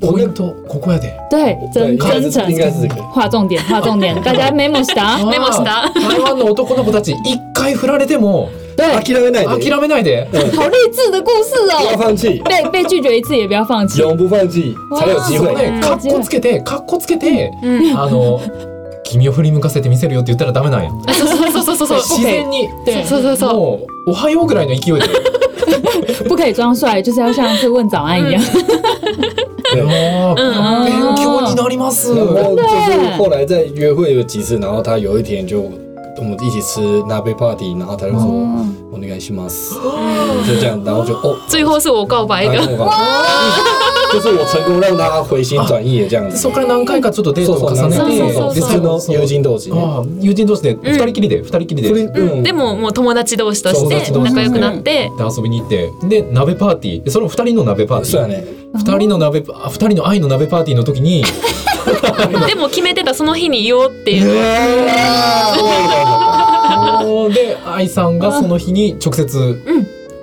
[SPEAKER 2] ポイントここやで。
[SPEAKER 1] 对，
[SPEAKER 4] 对，
[SPEAKER 1] 真
[SPEAKER 4] 应该
[SPEAKER 1] 真
[SPEAKER 4] 是
[SPEAKER 1] 诚
[SPEAKER 4] 应。该是这个。
[SPEAKER 1] 画重点，画重点，大 家 memo 下。
[SPEAKER 2] 哦
[SPEAKER 3] メモし
[SPEAKER 2] あ
[SPEAKER 3] た
[SPEAKER 2] ー台湾の男の子たち一回振られても
[SPEAKER 1] 对，
[SPEAKER 4] 諦めないで。
[SPEAKER 2] 諦めないで。
[SPEAKER 1] 好励志的故事
[SPEAKER 4] 不要
[SPEAKER 1] 哦。
[SPEAKER 4] 放弃，
[SPEAKER 1] 被被拒绝一次也不要放弃。
[SPEAKER 4] 永不放弃，才有机
[SPEAKER 2] そ
[SPEAKER 4] 会
[SPEAKER 2] う。ね、かっこつけて、かっこつけて、
[SPEAKER 3] うん
[SPEAKER 2] あの。君を振り向かせてみせるよって言ったらダメなんや。
[SPEAKER 3] そうそうそうそう
[SPEAKER 2] 自然に、
[SPEAKER 1] 对，
[SPEAKER 3] そうそうそう
[SPEAKER 2] もう、おはようぐらいの勢いで。
[SPEAKER 1] 不可以装帅，就是要像是问早安一样。
[SPEAKER 4] 对
[SPEAKER 2] あー
[SPEAKER 3] うん
[SPEAKER 2] 勉強になります。
[SPEAKER 4] 然后
[SPEAKER 2] あ
[SPEAKER 4] 就是后来在约会有几次，然后他有一天就我们一起吃那杯 party，然后他就说
[SPEAKER 1] 哦
[SPEAKER 4] “我那个西马斯”，就这样，然后就哦，
[SPEAKER 3] 最后是我告白
[SPEAKER 4] 他
[SPEAKER 3] 的
[SPEAKER 4] 跟我讲就是我成功让他回心转意的这样
[SPEAKER 2] で
[SPEAKER 4] 子。
[SPEAKER 2] そこから何回かちょっとデートを重ね
[SPEAKER 3] そうそ
[SPEAKER 2] て
[SPEAKER 3] うそうそう、
[SPEAKER 2] で、
[SPEAKER 4] 普通
[SPEAKER 2] 最後、そ
[SPEAKER 4] の友人同士ね。
[SPEAKER 2] あー友人同士で、二人きりで、二人きりで。
[SPEAKER 4] それ
[SPEAKER 2] で、
[SPEAKER 4] うん
[SPEAKER 3] でももう友達同士とし
[SPEAKER 4] 友
[SPEAKER 3] て
[SPEAKER 4] 達同
[SPEAKER 2] 士
[SPEAKER 3] 仲良くなって
[SPEAKER 2] 遊びに行って、で、鍋パーティー、でそれも二人の鍋パーテ
[SPEAKER 4] そう
[SPEAKER 2] ィ
[SPEAKER 4] や
[SPEAKER 2] ー。
[SPEAKER 4] ね。
[SPEAKER 2] 二人の鍋パ、あ二人の愛の鍋パーティーの時に。
[SPEAKER 3] でも決めてたその日に言おうっていう
[SPEAKER 2] で愛さんがその日に直接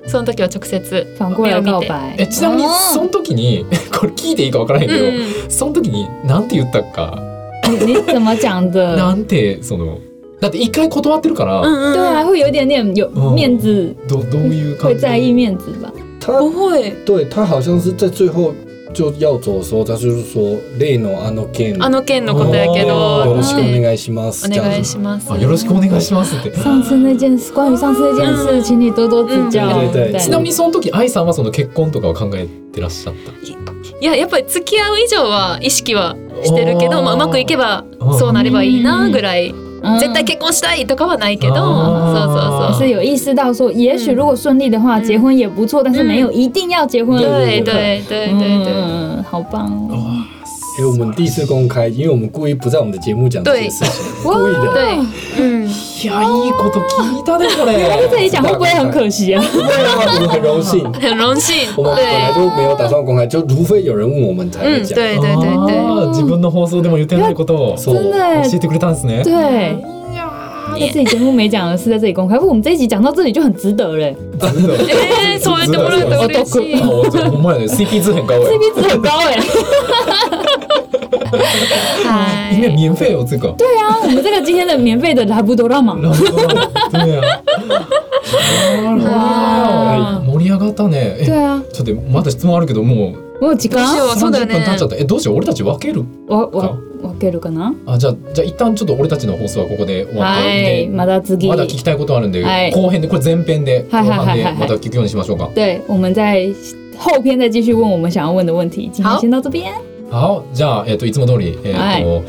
[SPEAKER 3] その時は直接
[SPEAKER 1] 反过来告白哦
[SPEAKER 2] え。ちなみにその時に これ聞いていいかわからへん
[SPEAKER 3] うん
[SPEAKER 2] けどその時になんて言ったか
[SPEAKER 1] 你你怎么讲的？
[SPEAKER 2] なんてそのだって一回断ってるから
[SPEAKER 3] うんうんうん
[SPEAKER 1] 对啊，会有一点点有
[SPEAKER 2] 哦
[SPEAKER 1] 面子，
[SPEAKER 2] どどういう感
[SPEAKER 1] 会
[SPEAKER 2] じ
[SPEAKER 1] 在意面子吧？
[SPEAKER 4] 他
[SPEAKER 3] 不会
[SPEAKER 4] 对他好像是在最后就要走的时候，他就是说“例のあの件”，
[SPEAKER 3] あの件のことやけ
[SPEAKER 2] あ
[SPEAKER 3] ど
[SPEAKER 4] よ
[SPEAKER 2] ー
[SPEAKER 4] ろしくお
[SPEAKER 3] ね
[SPEAKER 4] 願いします。
[SPEAKER 3] お
[SPEAKER 4] 这
[SPEAKER 3] 願
[SPEAKER 4] 样
[SPEAKER 3] い
[SPEAKER 4] 子。
[SPEAKER 3] します
[SPEAKER 2] あよろしくお願いしますって
[SPEAKER 1] 上次那件事，关于上次那件事，请你多多指教。
[SPEAKER 4] 嗯对对对
[SPEAKER 2] ちなみにその時愛さんはその結婚とかは考えてらっしゃった
[SPEAKER 3] いややっぱり付き合う以上は意識はしてるけ
[SPEAKER 2] あ
[SPEAKER 3] ど
[SPEAKER 2] ー
[SPEAKER 3] まあうまくいけばそうなればいいなぐらい
[SPEAKER 1] 嗯
[SPEAKER 3] 絶対結婚したいとかはないけど
[SPEAKER 2] あー
[SPEAKER 3] そうそうそう
[SPEAKER 1] 是有意识到说，也许
[SPEAKER 3] 嗯
[SPEAKER 1] 如果顺利的话，
[SPEAKER 3] 嗯
[SPEAKER 1] 结婚也不错，但是没有一定要结婚。
[SPEAKER 3] 对
[SPEAKER 4] 对
[SPEAKER 3] 对对对对
[SPEAKER 1] 嗯，好棒哦！
[SPEAKER 2] あ
[SPEAKER 4] 哎、我们第一次公开，因为我们故意不在我们的节目讲这些事情，
[SPEAKER 1] 哦
[SPEAKER 4] 故意的。
[SPEAKER 3] 对うん
[SPEAKER 2] ーいやいいこと聞いたね
[SPEAKER 1] 但
[SPEAKER 2] こ
[SPEAKER 1] 是这里
[SPEAKER 2] れ
[SPEAKER 1] 讲会不会很可惜啊？
[SPEAKER 4] 对啊，我们很荣幸，
[SPEAKER 3] 很荣幸
[SPEAKER 4] 我们本来
[SPEAKER 3] 对
[SPEAKER 4] 就没有打算公开，就除非有人问我们才会
[SPEAKER 3] 嗯
[SPEAKER 4] 讲。
[SPEAKER 3] 对对对对
[SPEAKER 2] あー自分の放送でも言ってないことを教
[SPEAKER 4] そ
[SPEAKER 1] 真
[SPEAKER 4] う
[SPEAKER 1] 的耶，
[SPEAKER 2] えてくれたんですね
[SPEAKER 3] 哎
[SPEAKER 1] 对。在自己节目没讲的是在这里公开，不过我们这一集讲到这里就很值得嘞
[SPEAKER 3] えーそうやってもらえたら嬉しい
[SPEAKER 2] あほんまやね CP 図編買おうや
[SPEAKER 1] ，CP 值很高哎。
[SPEAKER 3] は
[SPEAKER 2] 因为
[SPEAKER 3] い
[SPEAKER 2] 免费有这个。对
[SPEAKER 1] 对啊，我们这个今天的免费的拉布多拉玛，
[SPEAKER 2] 然后对啊。
[SPEAKER 1] 哇
[SPEAKER 2] あー盛り上がったね。え
[SPEAKER 1] 对啊，
[SPEAKER 2] ちょっとまだ質問あるけどもう
[SPEAKER 1] 我有几个啊，
[SPEAKER 3] どうしようそう
[SPEAKER 2] 三
[SPEAKER 3] だ
[SPEAKER 2] 十
[SPEAKER 3] よ
[SPEAKER 2] 分経っ
[SPEAKER 3] ね
[SPEAKER 2] ちゃった。えどうしよう俺たち分ける？
[SPEAKER 1] 我我我给了个呢，
[SPEAKER 2] あじゃあじゃあ一旦ちょっと俺たちの放送はここで終わって
[SPEAKER 1] 嗨，马达兹基
[SPEAKER 2] ま。だ聞きたいことあるんで
[SPEAKER 1] はい
[SPEAKER 2] 後編でこれ前編で後
[SPEAKER 1] はいはい
[SPEAKER 2] 半
[SPEAKER 1] はいはい
[SPEAKER 2] でまた聞くようにしましょうか。
[SPEAKER 1] 对，我们在后篇再继续问我们想要问的问题，今天
[SPEAKER 3] 好
[SPEAKER 1] 先到这边。
[SPEAKER 2] 好じゃあ、えっといつも通り、えっと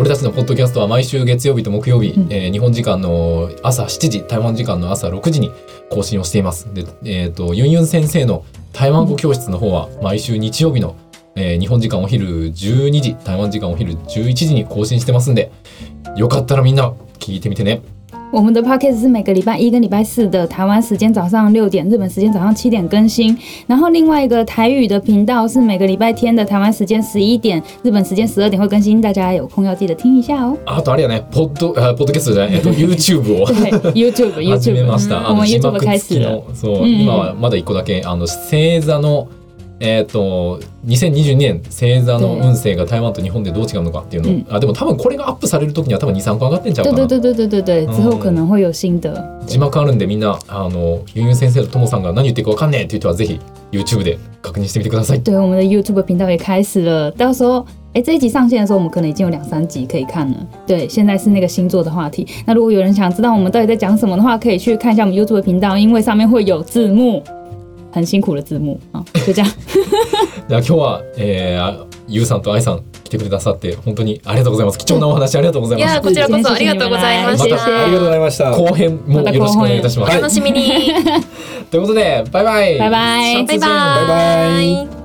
[SPEAKER 2] 俺たちのポッドキャストは毎週月曜日と木曜日、
[SPEAKER 1] うん
[SPEAKER 2] えー日本時間の朝7時台湾時間の朝6時に更新をしていますで、えっとユンユン先生の台湾語教室の方は毎週日曜日の、えー日本時間お昼12時台湾時間お昼11時に更新してますんでよかったらみんな聞いてみてね
[SPEAKER 1] 我们的 podcast 是每个礼拜一跟礼拜四的台湾时间早上六点，日本时间早上七点更新。然后另外一个台语的频道是每个礼拜天的台湾时间十一点，日本时间十二点会更新，大家有空要记得听一下哦。
[SPEAKER 2] あとあれやね、ポッド、あポッドキャストじゃない、えっと、YouTube を
[SPEAKER 1] 对。，YouTube
[SPEAKER 2] 始めま
[SPEAKER 1] YouTube，
[SPEAKER 2] した。
[SPEAKER 1] うん
[SPEAKER 2] あの
[SPEAKER 1] うん
[SPEAKER 2] 字幕
[SPEAKER 1] YouTube 開
[SPEAKER 2] 付
[SPEAKER 1] 始
[SPEAKER 2] きの、そう、
[SPEAKER 1] うんうん
[SPEAKER 2] 今はまだ一個だけ、あの星座の。えっ、と2022年星座の運勢が台湾と日本でどう違うのかっていうのを、
[SPEAKER 1] うん
[SPEAKER 2] あでも多分これがアップされる時には多分23個上がってんちゃうか
[SPEAKER 1] 对
[SPEAKER 2] な
[SPEAKER 1] 对对对对对对，之后可能会有新的。
[SPEAKER 2] 字幕あるんでみんなあのゆんゆん先生とともさんが何言ってるかわかんねえっていう人はぜひ YouTube で確認してみてください。
[SPEAKER 1] 对，我们的 YouTube 频道也开始了，到时候。哎，这一集上线的时候，我们可能已经有两三集可以看了。对，现在是那个星座的话题。那如果有人想知道我们到底在讲什么的话，可以去看一下我们 YouTube 频道，因为上面会有字幕，很辛苦的字幕啊。就这样，
[SPEAKER 2] では今日は、えーあゆうさんとあいさん来てくださって本当にありがとうございます。貴重なお話ありがとうござい
[SPEAKER 3] い
[SPEAKER 2] ま
[SPEAKER 3] や
[SPEAKER 2] し
[SPEAKER 3] こちらこそありがとうございまし
[SPEAKER 2] ま
[SPEAKER 3] た。
[SPEAKER 2] た
[SPEAKER 4] ありがとうございました
[SPEAKER 2] た。。後編もよろしくお願いいたします。
[SPEAKER 4] また後編
[SPEAKER 3] 楽しみに。
[SPEAKER 2] ということでバイバイ。
[SPEAKER 1] 拜拜。
[SPEAKER 3] バイ
[SPEAKER 2] バ
[SPEAKER 3] バ
[SPEAKER 4] バイ
[SPEAKER 3] イ。